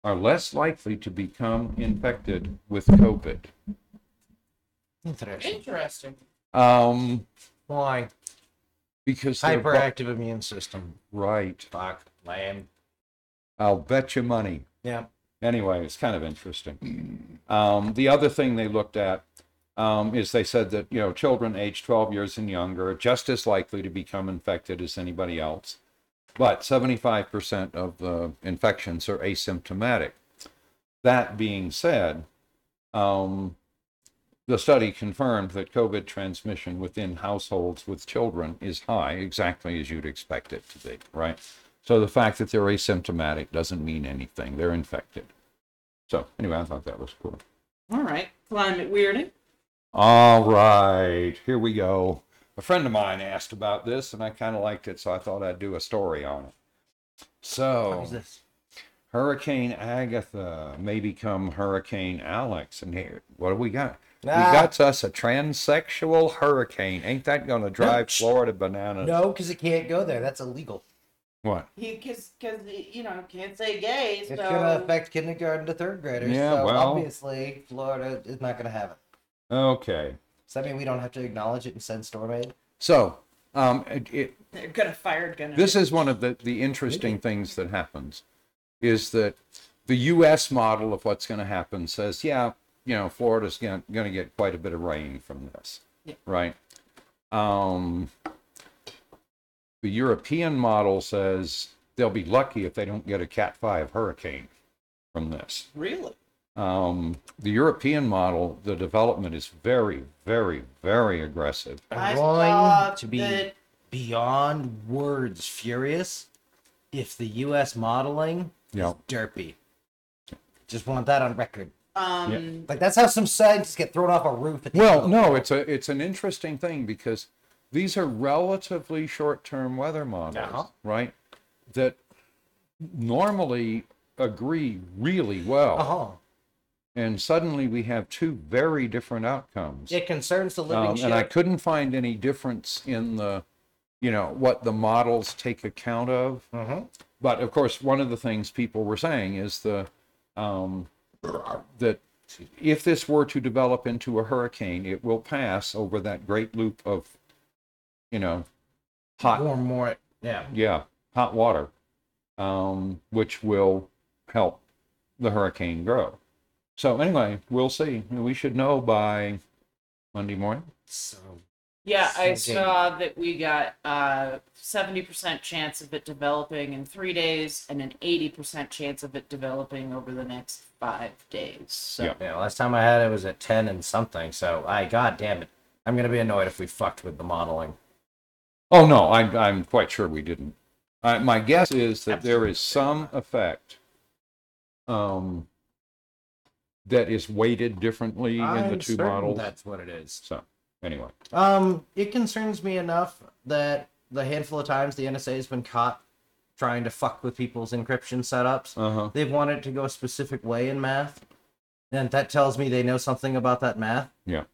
Speaker 2: are less likely to become infected with COVID.
Speaker 3: Interesting.
Speaker 1: Interesting.
Speaker 2: Um,
Speaker 3: Why?
Speaker 2: because they're bu-
Speaker 3: Hyperactive immune system.
Speaker 2: right.
Speaker 3: Fuck. Lame.
Speaker 2: I'll bet you money.
Speaker 3: Yeah.
Speaker 2: Anyway, it's kind of interesting. Um, the other thing they looked at um, is they said that you know children aged 12 years and younger are just as likely to become infected as anybody else, but 75% of the infections are asymptomatic. That being said, um, the study confirmed that COVID transmission within households with children is high, exactly as you'd expect it to be, right? So the fact that they're asymptomatic doesn't mean anything. They're infected. So anyway, I thought that was cool.
Speaker 1: All right. Climate weirding.
Speaker 2: All right, here we go. A friend of mine asked about this, and I kind of liked it, so I thought I'd do a story on it.
Speaker 3: What
Speaker 2: So,
Speaker 3: is this?
Speaker 2: Hurricane Agatha may become Hurricane Alex, and here, what do we got?
Speaker 3: Ah.
Speaker 2: We got us a transsexual hurricane. Ain't that going to drive
Speaker 3: sh-
Speaker 2: Florida bananas?
Speaker 3: No, because it can't go there. That's illegal.
Speaker 2: What?
Speaker 1: He, cause, cause, you know, can't say gay,
Speaker 3: It's
Speaker 1: so.
Speaker 3: gonna affect kindergarten to third graders.
Speaker 2: Yeah,
Speaker 3: so
Speaker 2: well-
Speaker 3: obviously Florida is not gonna have it.
Speaker 2: Okay.
Speaker 3: Does that mean we don't have to acknowledge it and send storm aid?
Speaker 2: So, um, it, it,
Speaker 1: They're gonna fire gun.
Speaker 2: this is one of the, the interesting things that happens is that the U.S. model of what's going to happen says, yeah, you know, Florida's going to get quite a bit of rain from this,
Speaker 1: Yeah.
Speaker 2: right? Um, the European model says they'll be lucky if they don't get a Cat 5 hurricane from this
Speaker 1: Really?
Speaker 2: um, the European model, the development is very, very, very aggressive.
Speaker 1: I
Speaker 3: I'm
Speaker 1: saw
Speaker 3: going to be
Speaker 1: that-
Speaker 3: beyond words furious if the U.S. modeling
Speaker 2: You know,
Speaker 3: derpy. Just want that on record.
Speaker 1: Um,
Speaker 3: Like that's how some scientists get thrown off a roof. At the end
Speaker 2: well,
Speaker 3: of-
Speaker 2: no, it's a it's an interesting thing because these are relatively short-term weather models,
Speaker 3: Uh-huh.
Speaker 2: right? That normally agree really well,
Speaker 3: Uh-huh.
Speaker 2: and suddenly we have two very different outcomes.
Speaker 3: It concerns the living
Speaker 2: Um,
Speaker 3: shit.
Speaker 2: and I couldn't find any difference in the, you know, what the models take account of.
Speaker 3: Mhm.
Speaker 2: But of course, one of the things people were saying is the um, that if this were to develop into a hurricane, it will pass over that great loop of, you know, hot
Speaker 3: Warm more. Yeah.
Speaker 2: yeah hot water, um, which will help the hurricane grow. So anyway, we'll see. We should know by Monday morning.
Speaker 3: So
Speaker 1: yeah, I
Speaker 3: Same.
Speaker 1: saw that we got a seventy percent chance of it developing in three days, and an eighty percent chance of it developing over the next five days. So
Speaker 2: Yeah.
Speaker 3: yeah, last time I had it was at ten and something. So I, god damn it, I'm gonna be annoyed if we fucked with the modeling.
Speaker 2: Oh no, I'm I'm quite sure we didn't. I, my guess is that there is some effect, um, that is weighted differently in the
Speaker 3: I'm
Speaker 2: two
Speaker 3: certain
Speaker 2: models.
Speaker 3: That's what it is.
Speaker 2: So anyway,
Speaker 3: Um, it concerns me enough that the handful of times the NSA has been caught trying to fuck with people's encryption setups,
Speaker 2: uh huh.
Speaker 3: they've wanted to go a specific way in math, and that tells me they know something about that math.
Speaker 2: Yeah,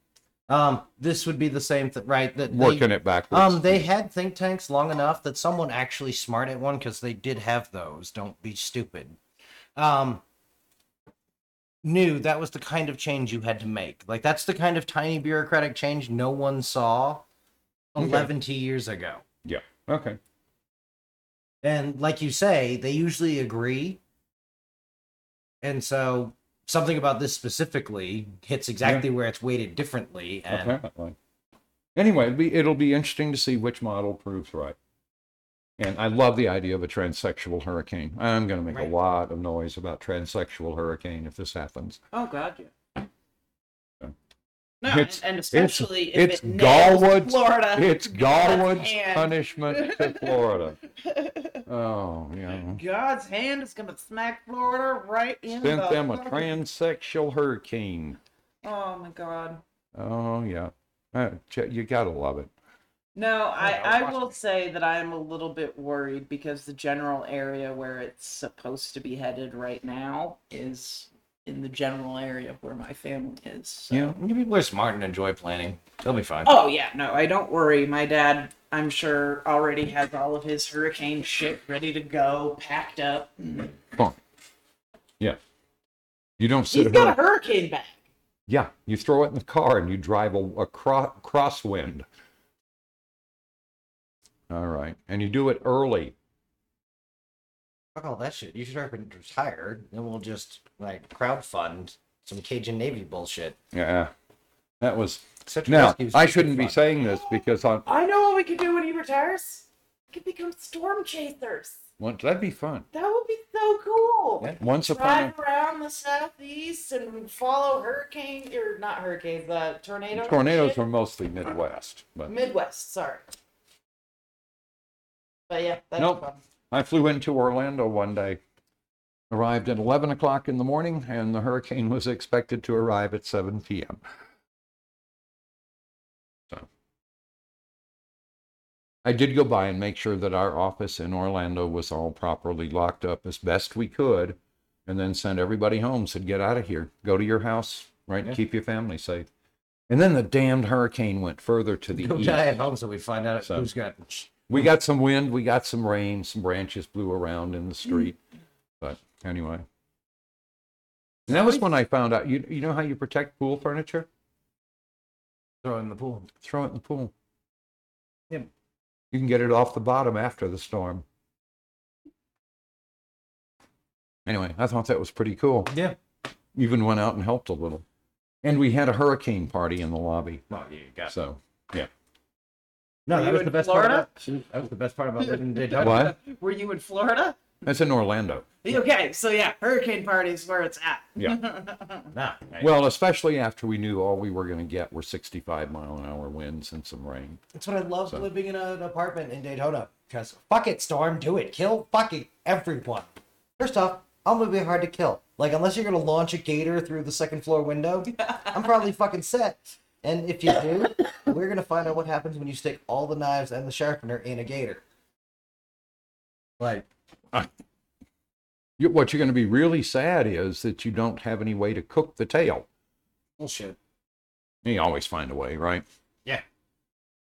Speaker 3: Um, this would be the same thing, right? That they-
Speaker 2: working it backwards.
Speaker 3: um, they had think tanks long enough that someone actually smart at one because they did have those. Don't be stupid. Um, knew that was the kind of change you had to make. Like that's the kind of tiny bureaucratic change no one saw
Speaker 2: Okay.
Speaker 3: 11 to years ago.
Speaker 2: yeah. Okay.
Speaker 3: And like you say, they usually agree. And so something about this specifically hits exactly where it's weighted differently. And
Speaker 2: Apparently. Anyway, it'll be, it'll be interesting to see which model proves right. And I love the idea of a transsexual hurricane. I'm going to make
Speaker 3: Right.
Speaker 2: a lot of noise about transsexual hurricane if this happens.
Speaker 1: Oh God, yeah.
Speaker 2: So.
Speaker 1: No,
Speaker 2: It's-
Speaker 1: and, and especially if
Speaker 2: it's
Speaker 1: it nails
Speaker 2: Galwood's-
Speaker 1: Florida.
Speaker 2: It's Godwin's
Speaker 1: hand.
Speaker 2: punishment to Florida. Oh, yeah.
Speaker 1: God's hand is gonna smack Florida right in the.
Speaker 2: Sent them a
Speaker 1: fucking-
Speaker 2: transsexual hurricane.
Speaker 1: Oh my God.
Speaker 2: Oh, yeah. Uh, ch- You gotta love it.
Speaker 1: No,
Speaker 3: I'll
Speaker 1: I, I
Speaker 3: watch
Speaker 1: will say that I am a little bit worried because the general area where it's supposed to be headed right now is in the general area where my family is. so-
Speaker 2: Yeah.
Speaker 3: people are smart and enjoy planning. They'll be fine.
Speaker 1: Oh yeah, no, I don't worry. My dad I'm sure already has all of his hurricane shit ready to go, packed up.
Speaker 2: Mm. Fine. Yeah. You don't
Speaker 1: He's
Speaker 2: sit around-
Speaker 1: got a hurricane bag.
Speaker 2: Yeah, you throw it in the car and you drive a, a cro- crosswind. All right. And you do it early.
Speaker 3: Fuck all that shit. You should have been retired. Then we'll just like crowdfund some Cajun Navy bullshit.
Speaker 2: Yeah. That was.
Speaker 3: Such
Speaker 2: Now,
Speaker 3: rescues
Speaker 2: I
Speaker 3: should be
Speaker 2: shouldn't be
Speaker 3: fun.
Speaker 2: saying this because on.
Speaker 1: I know what we could do when he retires. We could become storm chasers.
Speaker 2: Once, that'd be fun.
Speaker 1: That would be so cool.
Speaker 3: Yeah.
Speaker 2: Once upon
Speaker 1: Drive around the southeast and follow hurricane or not hurricanes, uh,
Speaker 2: a.
Speaker 1: tornadoes.
Speaker 2: Tornadoes
Speaker 1: shit.
Speaker 2: are mostly Midwest, but
Speaker 1: Midwest. Sorry. But yeah, that's
Speaker 2: Nope.
Speaker 1: fun.
Speaker 2: I flew into Orlando one day, arrived at 11 o'clock in the morning, and the hurricane was expected to arrive at 7 p.m. So I did go by and make sure that our office in Orlando was all properly locked up as best we could, and then sent everybody home, said, Get out of here, go to your house, right?
Speaker 3: Yeah.
Speaker 2: Keep your family safe. And then the damned hurricane went further to the
Speaker 3: Go
Speaker 2: east.
Speaker 3: die at home so we find out
Speaker 2: So-
Speaker 3: who's got.
Speaker 2: We got some wind, we got some rain, some branches blew around in the street. But anyway. And that was when I found out you you know how you protect pool furniture?
Speaker 3: Throw in the pool.
Speaker 2: Throw it in the pool.
Speaker 3: Yeah.
Speaker 2: You can get it off the bottom after the storm. Anyway, I thought that was pretty cool.
Speaker 3: Yeah.
Speaker 2: Even went out and helped a little. And we had a hurricane party in the lobby.
Speaker 3: Well, you got.
Speaker 2: So
Speaker 3: No,
Speaker 1: Were
Speaker 3: that
Speaker 1: you
Speaker 3: was
Speaker 1: in
Speaker 3: the best
Speaker 1: Florida?
Speaker 3: part. About, that was the best part about living in Daytona.
Speaker 2: what?
Speaker 1: Were you in Florida?
Speaker 2: That's in Orlando.
Speaker 1: Okay, so yeah, hurricane parties where it's at. Yeah.
Speaker 3: Nah. Right.
Speaker 2: Well, especially after we knew all we were going to get were 65 mile an hour winds and some rain.
Speaker 3: That's what I love
Speaker 2: So-
Speaker 3: living in an apartment in Daytona. Because fuck it, Storm, do it. Kill fucking everyone. First off, I'm gonna be hard to kill. Like unless you're gonna launch a gator through the second floor window, I'm probably fucking set. And if you do, we're gonna find out what happens when you stick all the knives and the sharpener in a gator. Like
Speaker 2: You, what you're going to be really sad is that you don't have any way to cook the tail.
Speaker 3: bullshit.
Speaker 2: You always find a way, right?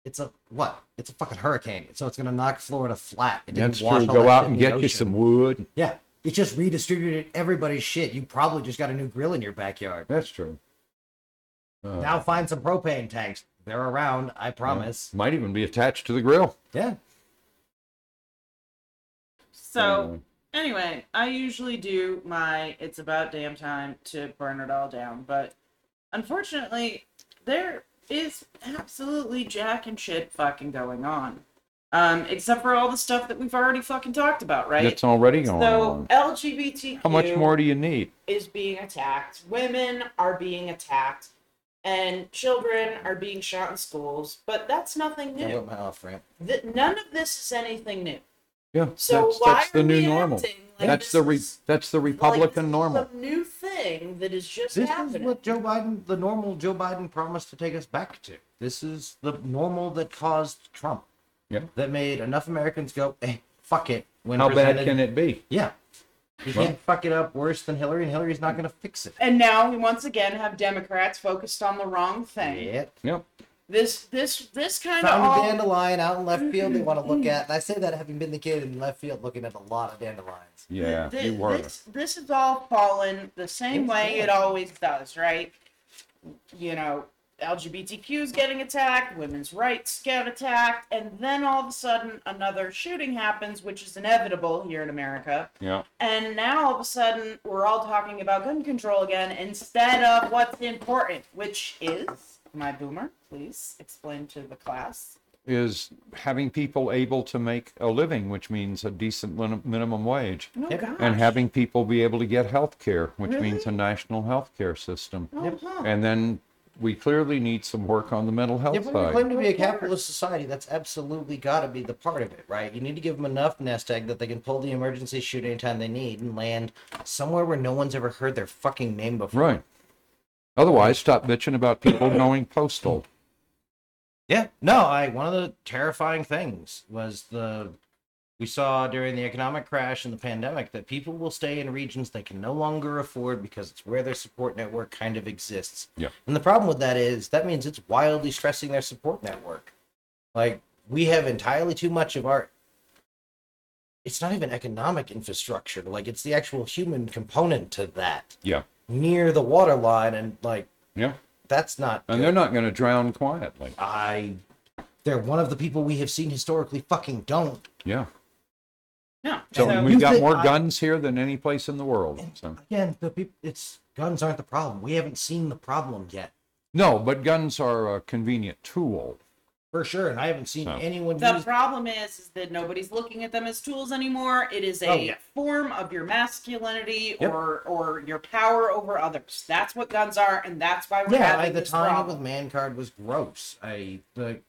Speaker 3: It's a what? It's a fucking hurricane. So it's gonna knock Florida flat. It didn't
Speaker 2: That's
Speaker 3: wash
Speaker 2: true.
Speaker 3: all
Speaker 2: Go
Speaker 3: that
Speaker 2: out
Speaker 3: shit
Speaker 2: and
Speaker 3: in the
Speaker 2: get you
Speaker 3: ocean.
Speaker 2: some wood.
Speaker 3: Yeah. It just redistributed everybody's shit. You probably just got a new grill in your backyard.
Speaker 2: That's true. Uh,
Speaker 3: Now find some propane tanks. They're around, I promise.
Speaker 2: Might even be attached to the grill.
Speaker 3: Yeah.
Speaker 1: so anyway, I usually do my it's about damn time to burn it all down, but unfortunately, there is absolutely jack and shit fucking going on. Um, except for all the stuff that we've already fucking talked about, right?
Speaker 2: It's already going
Speaker 1: so
Speaker 2: on.
Speaker 1: LGBTQ
Speaker 2: How much more do you need?
Speaker 1: is being attacked, women are being attacked, and children are being shot in schools, but that's nothing new.
Speaker 3: What my off ramp?
Speaker 1: Th- none of this is anything new.
Speaker 2: Yeah,
Speaker 1: So
Speaker 2: that's,
Speaker 1: why
Speaker 2: that's
Speaker 1: are
Speaker 2: the new
Speaker 1: we
Speaker 2: normal.
Speaker 1: acting like
Speaker 2: that's
Speaker 1: this
Speaker 2: the re-
Speaker 1: is-
Speaker 2: that's the
Speaker 1: Like, this
Speaker 2: Republican
Speaker 1: is
Speaker 2: normal.
Speaker 1: Some new thing that is just
Speaker 3: This is
Speaker 1: happening.
Speaker 3: what Joe Biden, the normal Joe Biden promised to take us back to. This is the normal that caused Trump.
Speaker 2: Yep.
Speaker 3: That made enough Americans go, hey, fuck it. When
Speaker 2: How bad
Speaker 3: presented-
Speaker 2: can it be?
Speaker 3: Yeah. You
Speaker 2: Well-
Speaker 3: can't fuck it up worse than Hillary, and Hillary's not going to fix it.
Speaker 1: and now we once again have Democrats focused on the wrong thing.
Speaker 3: Yeah.
Speaker 2: Yep.
Speaker 1: This this this kind of
Speaker 3: Found a
Speaker 1: all
Speaker 3: dandelion out in left field they want to look at. And I say that having been the kid in left field looking at a lot of dandelions.
Speaker 2: Yeah,
Speaker 1: Th-
Speaker 2: you were.
Speaker 1: This, this has all fallen the same
Speaker 3: It's
Speaker 1: way it
Speaker 3: fallen.
Speaker 1: always does, right? You know, LGBTQ is getting attacked, women's rights get attacked, and then all of a sudden another shooting happens, which is inevitable here in America.
Speaker 2: Yeah.
Speaker 1: And now all of a sudden we're all talking about gun control again instead of what's important, which is my boomer, please explain to the class.
Speaker 2: is having people able to make a living, which means a decent lin- minimum wage,
Speaker 1: Oh,
Speaker 3: Yep.
Speaker 1: gosh.
Speaker 2: and having people be able to get health care, which
Speaker 1: Really?
Speaker 2: means a national health care system.
Speaker 1: Uh-huh.
Speaker 2: And then we clearly need some work on the mental health
Speaker 3: If we
Speaker 2: side.
Speaker 3: claim to be a
Speaker 1: Of course.
Speaker 3: capitalist society, that's absolutely got to be the part of it, right? You need to give them enough nest egg that they can pull the emergency chute anytime they need and land somewhere where no one's ever heard their fucking name before.
Speaker 2: right. Otherwise, stop bitching about people going postal.
Speaker 3: Yeah. No, I one of the terrifying things was the we saw during the economic crash and the pandemic that people will stay in regions they can no longer afford because it's where their support network kind of exists.
Speaker 2: Yeah.
Speaker 3: And the problem with that is that means it's wildly stressing their support network. Like we have entirely too much of our it's not even economic infrastructure like it's the actual human component to that
Speaker 2: Yeah.
Speaker 3: near the water line and like
Speaker 2: Yeah.
Speaker 3: that's not
Speaker 2: And
Speaker 3: good.
Speaker 2: they're not going to drown quietly.
Speaker 3: i they're one of the people we have seen historically fucking don't
Speaker 2: Yeah.
Speaker 1: No.
Speaker 2: So
Speaker 1: so-
Speaker 2: we've
Speaker 3: You
Speaker 2: got
Speaker 3: think
Speaker 2: more
Speaker 3: I-
Speaker 2: guns here than any place in the world. So.
Speaker 3: again the people it's guns aren't the problem we haven't seen the problem yet
Speaker 2: No, but guns are a convenient tool.
Speaker 3: for sure and i haven't seen
Speaker 2: No.
Speaker 3: anyone
Speaker 1: The
Speaker 3: use
Speaker 1: problem is, is that nobody's looking at them as tools anymore. It is a
Speaker 3: Oh, yeah.
Speaker 1: form of your masculinity
Speaker 2: Yep.
Speaker 1: or or your power over others. That's what guns are, and that's why we're
Speaker 3: yeah,
Speaker 1: having
Speaker 3: like the
Speaker 1: this
Speaker 3: time
Speaker 1: problem.
Speaker 3: with man card was gross. I like,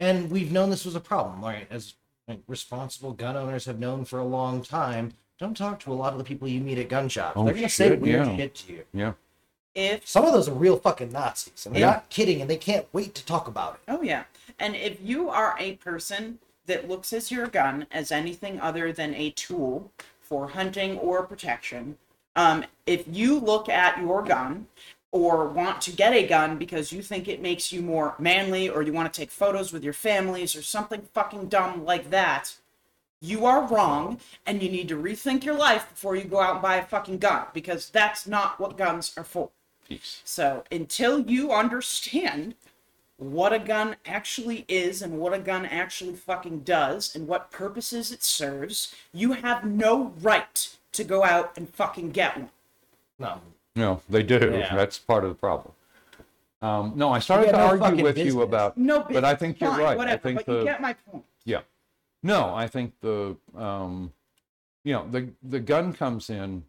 Speaker 3: and we've known this was a problem, right? As like, responsible gun owners have known for a long time. Don't talk to a lot of the people you meet at gun shops.
Speaker 2: Oh,
Speaker 3: They're gonna say
Speaker 2: shit,
Speaker 3: weird
Speaker 2: yeah.
Speaker 3: shit to you.
Speaker 2: Yeah.
Speaker 1: if
Speaker 3: Some of those are real fucking Nazis, and they're
Speaker 2: Yeah.
Speaker 3: not kidding, and they can't wait to talk about it.
Speaker 1: Oh yeah. And if you are a person that looks at your gun as anything other than a tool for hunting or protection, um, if you look at your gun or want to get a gun because you think it makes you more manly or you want to take photos with your families or something fucking dumb like that, you are wrong and you need to rethink your life before you go out and buy a fucking gun because that's not what guns are for.
Speaker 2: Peace.
Speaker 1: So until you understand what a gun actually is and what a gun actually fucking does and what purposes it serves, you have no right to go out and fucking get one.
Speaker 3: No,
Speaker 2: No, they do.
Speaker 3: Yeah.
Speaker 2: That's part of the problem. Um, no, I started
Speaker 3: Yeah,
Speaker 2: to
Speaker 3: no
Speaker 2: argue
Speaker 3: fucking
Speaker 2: with you
Speaker 3: business.
Speaker 2: about.
Speaker 1: No,
Speaker 2: but I think you're
Speaker 1: fine,
Speaker 2: right.
Speaker 1: Whatever,
Speaker 2: I think
Speaker 1: but you
Speaker 2: the
Speaker 1: get my point.
Speaker 2: yeah, no, I think the um, you know the the gun comes in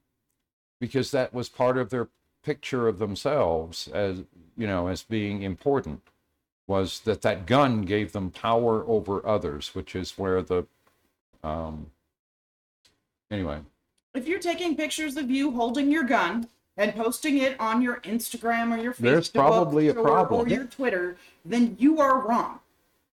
Speaker 2: because that was part of their picture of themselves as you know as being important was that that gun gave them power over others, which is where the um, anyway
Speaker 1: If you're taking pictures of you holding your gun and posting it on your Instagram or your Facebook
Speaker 2: There's probably a
Speaker 1: or,
Speaker 2: problem.
Speaker 1: or your Twitter, then you are wrong,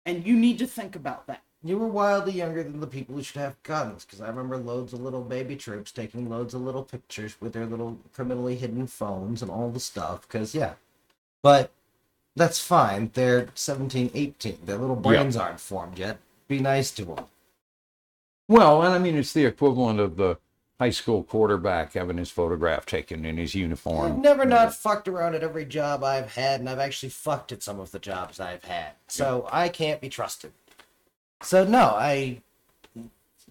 Speaker 1: and you need to think about that.
Speaker 3: you were wildly younger than the people who should have guns, because I remember loads of little baby troops taking loads of little pictures with their little criminally hidden phones and all the stuff, because, yeah. But that's fine. They're 17, 18. Their little brains aren't formed yet. Be nice to them.
Speaker 2: Well, and I mean, it's the equivalent of the high school quarterback having his photograph taken in his
Speaker 3: I've
Speaker 2: uniform.
Speaker 3: never not fucked around at every job I've had, and I've actually fucked at some of the jobs I've had. So I can't be trusted. So no, I.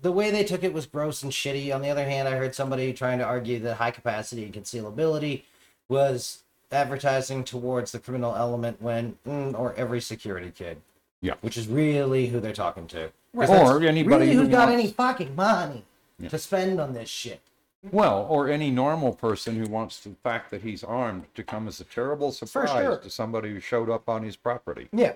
Speaker 3: The way they took it was gross and shitty. On the other hand, I heard somebody trying to argue that high capacity and concealability was advertising towards the criminal element when, mm, or every security kid.
Speaker 2: Yeah.
Speaker 3: Which is really who they're talking to. 'Cause
Speaker 2: Right.
Speaker 3: that's
Speaker 2: Or anybody
Speaker 3: really who
Speaker 2: who
Speaker 3: got
Speaker 2: wants-
Speaker 3: any fucking money to spend on this shit.
Speaker 2: Well, or any normal person who wants the fact that he's armed to come as a terrible surprise
Speaker 3: sure.
Speaker 2: to somebody who showed up on his property.
Speaker 3: Yeah.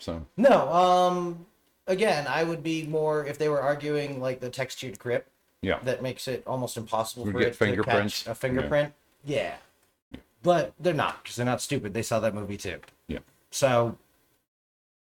Speaker 2: So,
Speaker 3: No, um again, I would be more if they were arguing like the textured grip
Speaker 2: yeah.
Speaker 3: that makes it almost impossible
Speaker 2: Would
Speaker 3: for
Speaker 2: get
Speaker 3: it
Speaker 2: fingerprints.
Speaker 3: to catch a fingerprint. Yeah. But they're not because they're not stupid. They saw that movie too.
Speaker 2: Yeah.
Speaker 3: So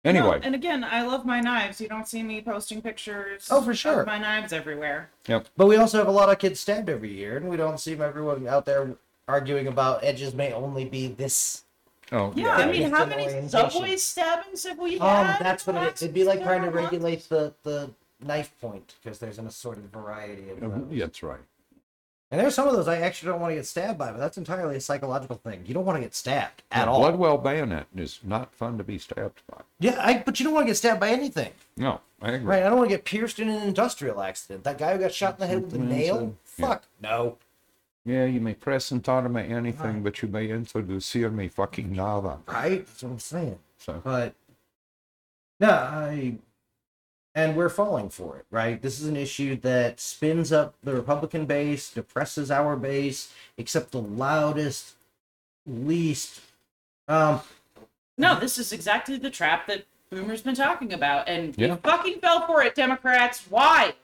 Speaker 2: Anyway,
Speaker 1: No, and again, I love my knives. You don't see me posting pictures.
Speaker 3: Oh, for sure.
Speaker 1: Of my knives everywhere.
Speaker 2: yep.
Speaker 3: but we also have a lot of kids stabbed every year and we don't see everyone out there arguing about edges may only be this
Speaker 2: Oh,
Speaker 1: Yeah, I
Speaker 3: Yeah,
Speaker 1: mean,
Speaker 3: it's
Speaker 1: how
Speaker 3: an
Speaker 1: many
Speaker 3: orientation.
Speaker 1: subway stabbings have we had?
Speaker 3: Um, that's
Speaker 1: in
Speaker 3: what
Speaker 1: the
Speaker 3: it
Speaker 1: last
Speaker 3: is. It'd be like trying to
Speaker 1: several months?
Speaker 3: regulate the the knife point because there's an assorted variety of
Speaker 2: Uh,
Speaker 3: those.
Speaker 2: That's right.
Speaker 3: And there's some of those I actually don't want to get stabbed by, but that's entirely a psychological thing. You don't want to get stabbed at
Speaker 2: The
Speaker 3: all.
Speaker 2: Bloodwell bayonet is not fun to be stabbed by.
Speaker 3: Yeah, I, but you don't want to get stabbed by anything,
Speaker 2: No, I agree.
Speaker 3: right? I don't want to get pierced in an industrial accident. That guy who got shot in the head with a
Speaker 2: Something
Speaker 3: nail?
Speaker 2: inside. Yeah.
Speaker 3: Fuck, no.
Speaker 2: Yeah, you may press and automate anything, but you may introduce here me fucking lava.
Speaker 3: Right? That's what I'm saying.
Speaker 2: So,
Speaker 3: But no, I and we're falling for it, right? This is an issue that spins up the Republican base, depresses our base, except the loudest, least um
Speaker 1: No, this is exactly the trap that Boomer's been talking about, and
Speaker 2: Yeah.
Speaker 1: you fucking fell for it, Democrats. Why?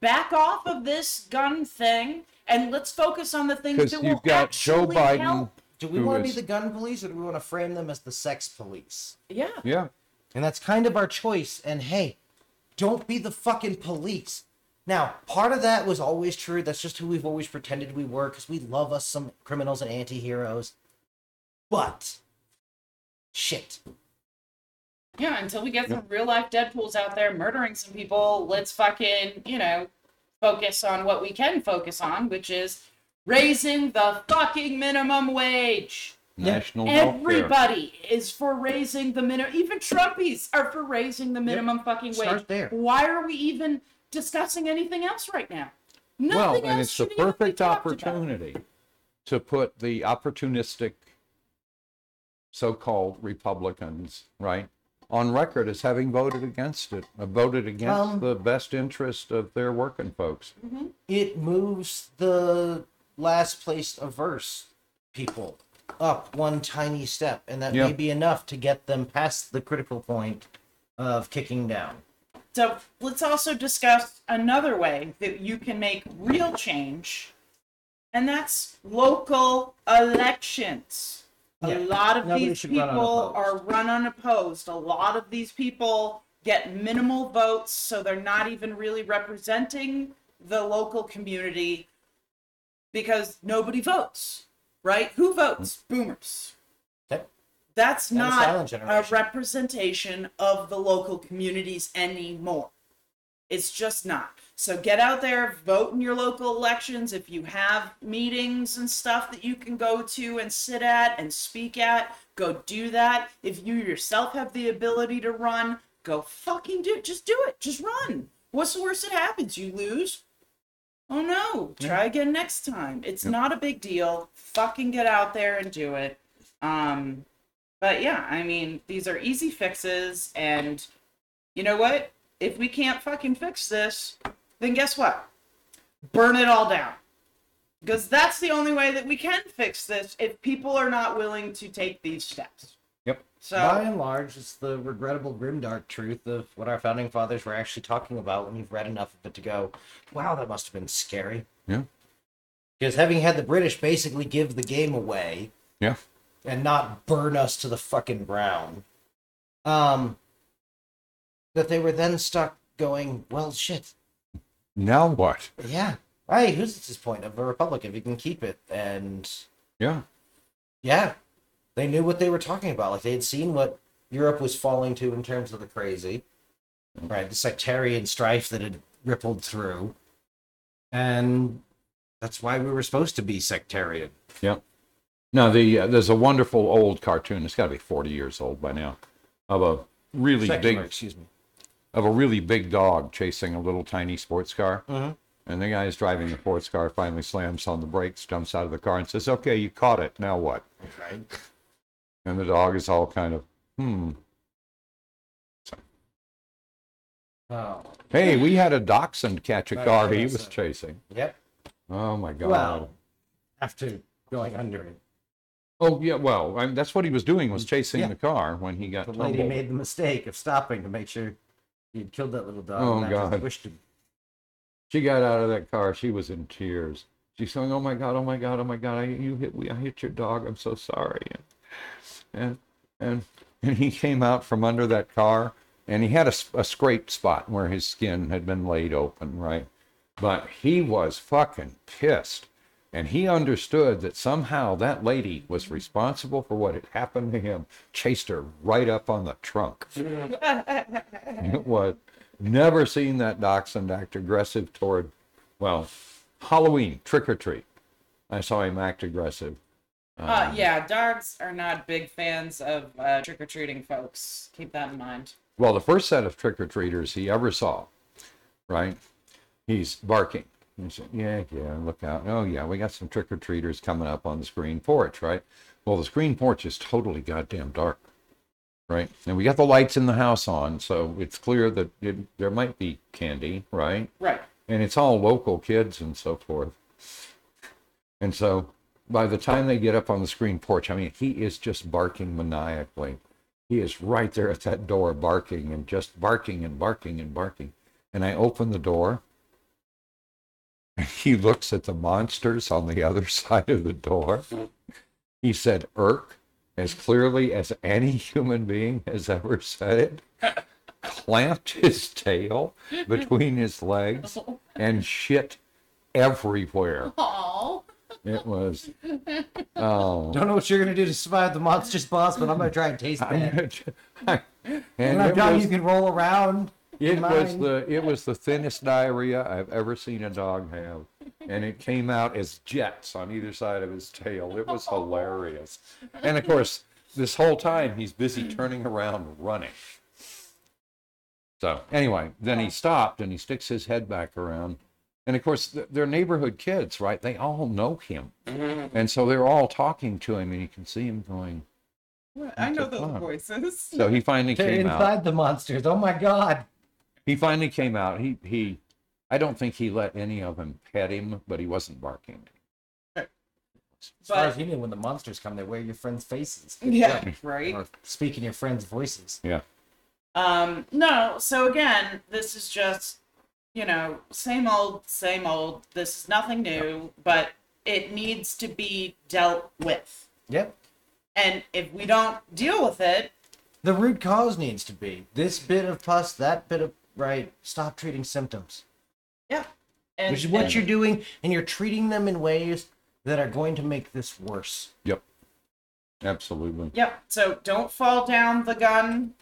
Speaker 1: Back off of this gun thing, and let's focus on the things
Speaker 2: because
Speaker 1: that will
Speaker 2: you've got Joe
Speaker 1: actually
Speaker 2: Biden.
Speaker 1: help.
Speaker 3: do we
Speaker 2: who
Speaker 3: want to
Speaker 2: is-
Speaker 3: be the gun police or do we want to frame them as the sex police?
Speaker 1: Yeah.
Speaker 2: Yeah.
Speaker 3: And that's kind of our choice. And hey, don't be the fucking police. Now, part of that was always true. That's just who we've always pretended we were because we love us some criminals and anti heroes. But, shit.
Speaker 1: Yeah, until we get some real life Deadpools out there murdering some people, let's fucking, you know, focus on what we can focus on, which is raising the fucking minimum wage.
Speaker 2: National health care.
Speaker 1: Everybody is for raising the minimum. Even Trumpies are for raising the minimum fucking wage.
Speaker 3: Start there.
Speaker 1: Why are we even discussing anything else right now? Nothing
Speaker 2: Well,
Speaker 1: else
Speaker 2: and it's the
Speaker 1: should even be
Speaker 2: perfect
Speaker 1: talked about.
Speaker 2: opportunity to put the opportunistic so-called Republicans, right, on record as having voted against it, uh, voted against
Speaker 3: Um,
Speaker 2: the best interest of their working folks.
Speaker 3: it moves the last place averse people up one tiny step, and that
Speaker 2: Yeah.
Speaker 3: may be enough to get them past the critical point of kicking down.
Speaker 1: So let's also discuss another way that you can make real change, and that's local elections.
Speaker 3: Yeah,
Speaker 1: A lot of
Speaker 3: nobody
Speaker 1: these
Speaker 3: should
Speaker 1: people
Speaker 3: run
Speaker 1: are
Speaker 3: unopposed.
Speaker 1: run unopposed. A lot of these people get minimal votes, so they're not even really representing the local community because nobody votes, right? Who votes?
Speaker 3: Hmm.
Speaker 1: Boomers
Speaker 3: That-
Speaker 1: that's
Speaker 3: And the
Speaker 1: not
Speaker 3: silent
Speaker 1: a
Speaker 3: generation.
Speaker 1: representation of the local communities anymore. It's just not. So get out there, vote in your local elections. If you have meetings and stuff that you can go to and sit at and speak at, go do that. If you yourself have the ability to run, go fucking do it. Just do it. Just run. What's the worst that happens? You lose. Oh no, try again next time. It's not a big deal. Fucking get out there and do it. Um, but yeah, I mean, these are easy fixes, and you know what? If we can't fucking fix this, then guess what? Burn it all down. Because that's the only way that we can fix this if people are not willing to take these steps.
Speaker 2: Yep.
Speaker 1: So,
Speaker 3: By and large, it's the regrettable grimdark truth of what our founding fathers were actually talking about when you've read enough of it to go, wow, that must have been scary.
Speaker 2: Yeah.
Speaker 3: Because having had the British basically give the game away
Speaker 2: Yeah.
Speaker 3: and not burn us to the fucking ground, um, that they were then stuck going, well, shit,
Speaker 2: Now what?
Speaker 3: yeah, right, who's at this point of a republic if you can keep it? And
Speaker 2: Yeah.
Speaker 3: yeah, they knew what they were talking about. Like they had seen what Europe was falling to in terms of the crazy, right? The sectarian strife that had rippled through, and that's why we were supposed to be sectarian.
Speaker 2: Yep. Now the uh, there's a wonderful old cartoon. It's got to be 40 years old by now, of a really
Speaker 3: Secular,
Speaker 2: big
Speaker 3: excuse me.
Speaker 2: of a really big dog chasing a little tiny sports car. And the guy is driving the sports car finally slams on the brakes, jumps out of the car, and says, "Okay, you caught it. Now what?"
Speaker 3: Right.
Speaker 2: And the dog is all kind of, "Hmm.
Speaker 3: Oh,
Speaker 2: Hey, we had a dachshund catch a
Speaker 3: Right,
Speaker 2: car
Speaker 3: right,
Speaker 2: he
Speaker 3: that's
Speaker 2: was
Speaker 3: it.
Speaker 2: chasing.
Speaker 3: yep.
Speaker 2: Oh my God."
Speaker 3: Well, after going under it,
Speaker 2: Oh yeah, well, I mean, that's what he was doing was chasing
Speaker 3: Mm. Yeah.
Speaker 2: the car when he got
Speaker 3: the
Speaker 2: tumbled.
Speaker 3: lady made the mistake of stopping to make sure he'd killed that little dog.
Speaker 2: Oh,
Speaker 3: and that just
Speaker 2: God.
Speaker 3: Wished him.
Speaker 2: She got out of that car. She was in tears. She's going, "Oh my God! Oh my God! Oh my God! I, you hit we! I hit your dog. I'm so sorry." And and and he came out from under that car, and he had a, s- a scrape spot where his skin had been laid open, right? But he was fucking pissed, and he understood that somehow that lady was responsible for what had happened to him. Chased her right up on the trunk. It was never seen that dachshund act aggressive toward, well, Halloween trick or treat. I saw him act aggressive.
Speaker 1: uh, yeah, dogs are not big fans of uh, trick or treating folks. Keep that in mind.
Speaker 2: Well, the first set of trick or treaters he ever saw, right? He's barking. He said, Yeah, yeah, look out. Oh, yeah, we got some trick or treaters coming up on the screen porch, right? Well, the screen porch is totally goddamn dark, right? And we got the lights in the house on, so it's clear that it, there might be candy, right?
Speaker 1: Right.
Speaker 2: and it's all local kids and so forth. And so by the time they get up on the screen porch, I mean, he is just barking maniacally. He is right there at that door barking and just barking and barking and barking. And I open the door. And he looks at the monsters on the other side of the door. He said, irk, as clearly as any human being has ever said it, clamped his tail between his legs and shit everywhere.
Speaker 1: Aww.
Speaker 2: It was. Oh.
Speaker 3: Don't know what you're gonna do to survive the monster's boss, but I'm gonna try and taste that.
Speaker 2: and
Speaker 3: And
Speaker 2: it
Speaker 3: I'm done.
Speaker 2: was,
Speaker 3: You can roll around.
Speaker 2: it was
Speaker 3: mine.
Speaker 2: the it was the thinnest diarrhea I've ever seen a dog have, and it came out as jets on either side of his tail. It was hilarious, and of course, this whole time he's busy turning around running. So anyway, then he stopped and he sticks his head back around, and of course th- they're neighborhood kids, right? They all know him, and so they're all talking to him, and you can see him going.
Speaker 1: I know
Speaker 2: That's a
Speaker 1: those
Speaker 2: pun.
Speaker 1: voices.
Speaker 2: So he finally
Speaker 3: They're
Speaker 2: came out.
Speaker 3: inside the monsters. Oh my god.
Speaker 2: He finally came out. He he I don't think he let any of them pet him, but he wasn't barking.
Speaker 3: As far as
Speaker 1: But
Speaker 3: you know, when the monsters come, they wear your friends' faces.
Speaker 1: yeah, right.
Speaker 3: Or speak in your friends' voices.
Speaker 2: Yeah.
Speaker 1: Um, no, so again, this is just, you know, same old, same old. This is nothing new, but it needs to be dealt with.
Speaker 3: Yep.
Speaker 1: And if we don't deal with it,
Speaker 3: The root cause needs to be this bit of pus, that bit of right. Stop treating symptoms,
Speaker 1: yeah. And,
Speaker 3: which is what
Speaker 1: and-
Speaker 3: you're doing, and you're treating them in ways that are going to make this worse.
Speaker 2: Yep. Absolutely.
Speaker 1: Yep. So don't fall down the gun,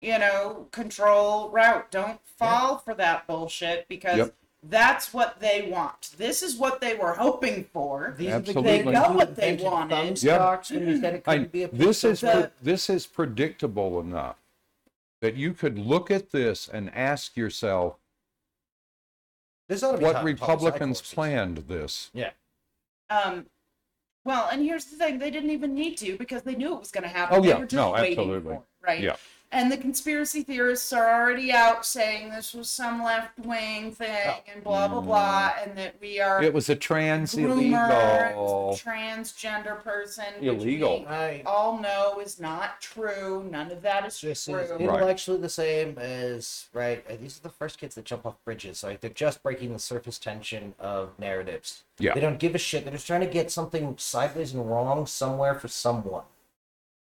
Speaker 1: you know, control route. Don't fall for that bullshit because
Speaker 2: Yep.
Speaker 1: that's what they want. This is what they were hoping for.
Speaker 3: These
Speaker 2: Absolutely. They got
Speaker 1: what they wanted.
Speaker 2: Yeah.
Speaker 3: Stocks when you said it
Speaker 2: I,
Speaker 3: couldn't be a
Speaker 2: this is
Speaker 1: the-
Speaker 2: pre- this is predictable enough that you could look at this and ask yourself
Speaker 3: This ought to be
Speaker 2: what
Speaker 3: top- top
Speaker 2: Republicans
Speaker 3: cycles.
Speaker 2: planned this.
Speaker 3: Yeah.
Speaker 1: Um, well, and here's the thing: they didn't even need to because they knew it was going to happen.
Speaker 2: Oh,
Speaker 1: They
Speaker 2: yeah.
Speaker 1: were just
Speaker 2: No,
Speaker 1: waiting
Speaker 2: absolutely.
Speaker 1: for it, right.
Speaker 2: Yeah.
Speaker 1: And the conspiracy theorists are already out saying this was some left wing thing and blah blah blah, and that we are
Speaker 2: Mm. It was a trans
Speaker 1: groomer, it
Speaker 2: illegal.
Speaker 1: was a transgender person, which
Speaker 2: Illegal.
Speaker 1: we
Speaker 3: Right.
Speaker 1: all know is not true. None of that is
Speaker 3: This is
Speaker 1: true.
Speaker 3: intellectually the same as right. uh, These are the first kids that jump off bridges. Like they're just breaking the surface tension of narratives.
Speaker 2: Yeah.
Speaker 3: They don't give a shit. They're just trying to get something sideways and wrong somewhere for someone.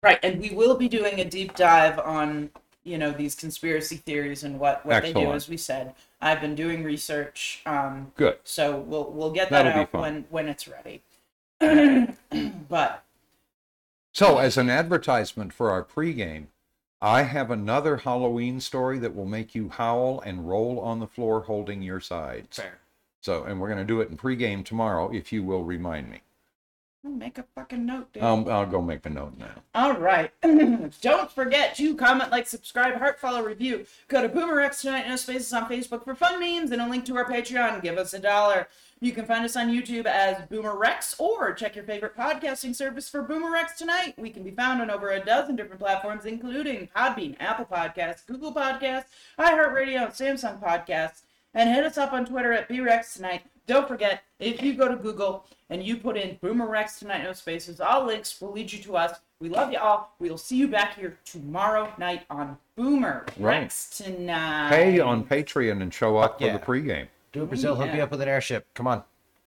Speaker 1: Right, and we will be doing a deep dive on you know these conspiracy theories and what what they do.
Speaker 2: Excellent.
Speaker 1: As we said, I've been doing research. Um,
Speaker 2: Good.
Speaker 1: So we'll we'll get that
Speaker 2: That'll be
Speaker 1: out
Speaker 2: fun.
Speaker 1: when when it's ready. but
Speaker 2: So, as an advertisement for our pregame, I have another Halloween story that will make you howl and roll on the floor holding your sides.
Speaker 3: Fair.
Speaker 2: So, and we're going to do it in pregame tomorrow if you will remind me.
Speaker 1: I'll make a fucking note, dude.
Speaker 2: Um, I'll go make a note now.
Speaker 1: All right. Don't forget to comment, like, subscribe, heart, follow, review. Go to Boomerx Tonight No Spaces on Facebook for fun memes and a link to our Patreon. Give us a dollar. You can find us on YouTube as Boomerx or check your favorite podcasting service for Boomerx Tonight. We can be found on over a dozen different platforms, including Podbean, Apple Podcasts, Google Podcasts, iHeartRadio, and Samsung Podcasts. And hit us up on Twitter at BREX Tonight. Don't forget, if you go to Google and you put in Boomer Rex Tonight No Spaces, all links will lead you to us. We love you all. We'll see you back here tomorrow night on Boomer
Speaker 2: Right.
Speaker 1: Rex Tonight.
Speaker 2: Pay on Patreon and show up
Speaker 3: Fuck
Speaker 2: for
Speaker 3: yeah.
Speaker 2: the pregame.
Speaker 3: Do a Brazil. Hook me
Speaker 1: yeah.
Speaker 3: up with an airship. Come on.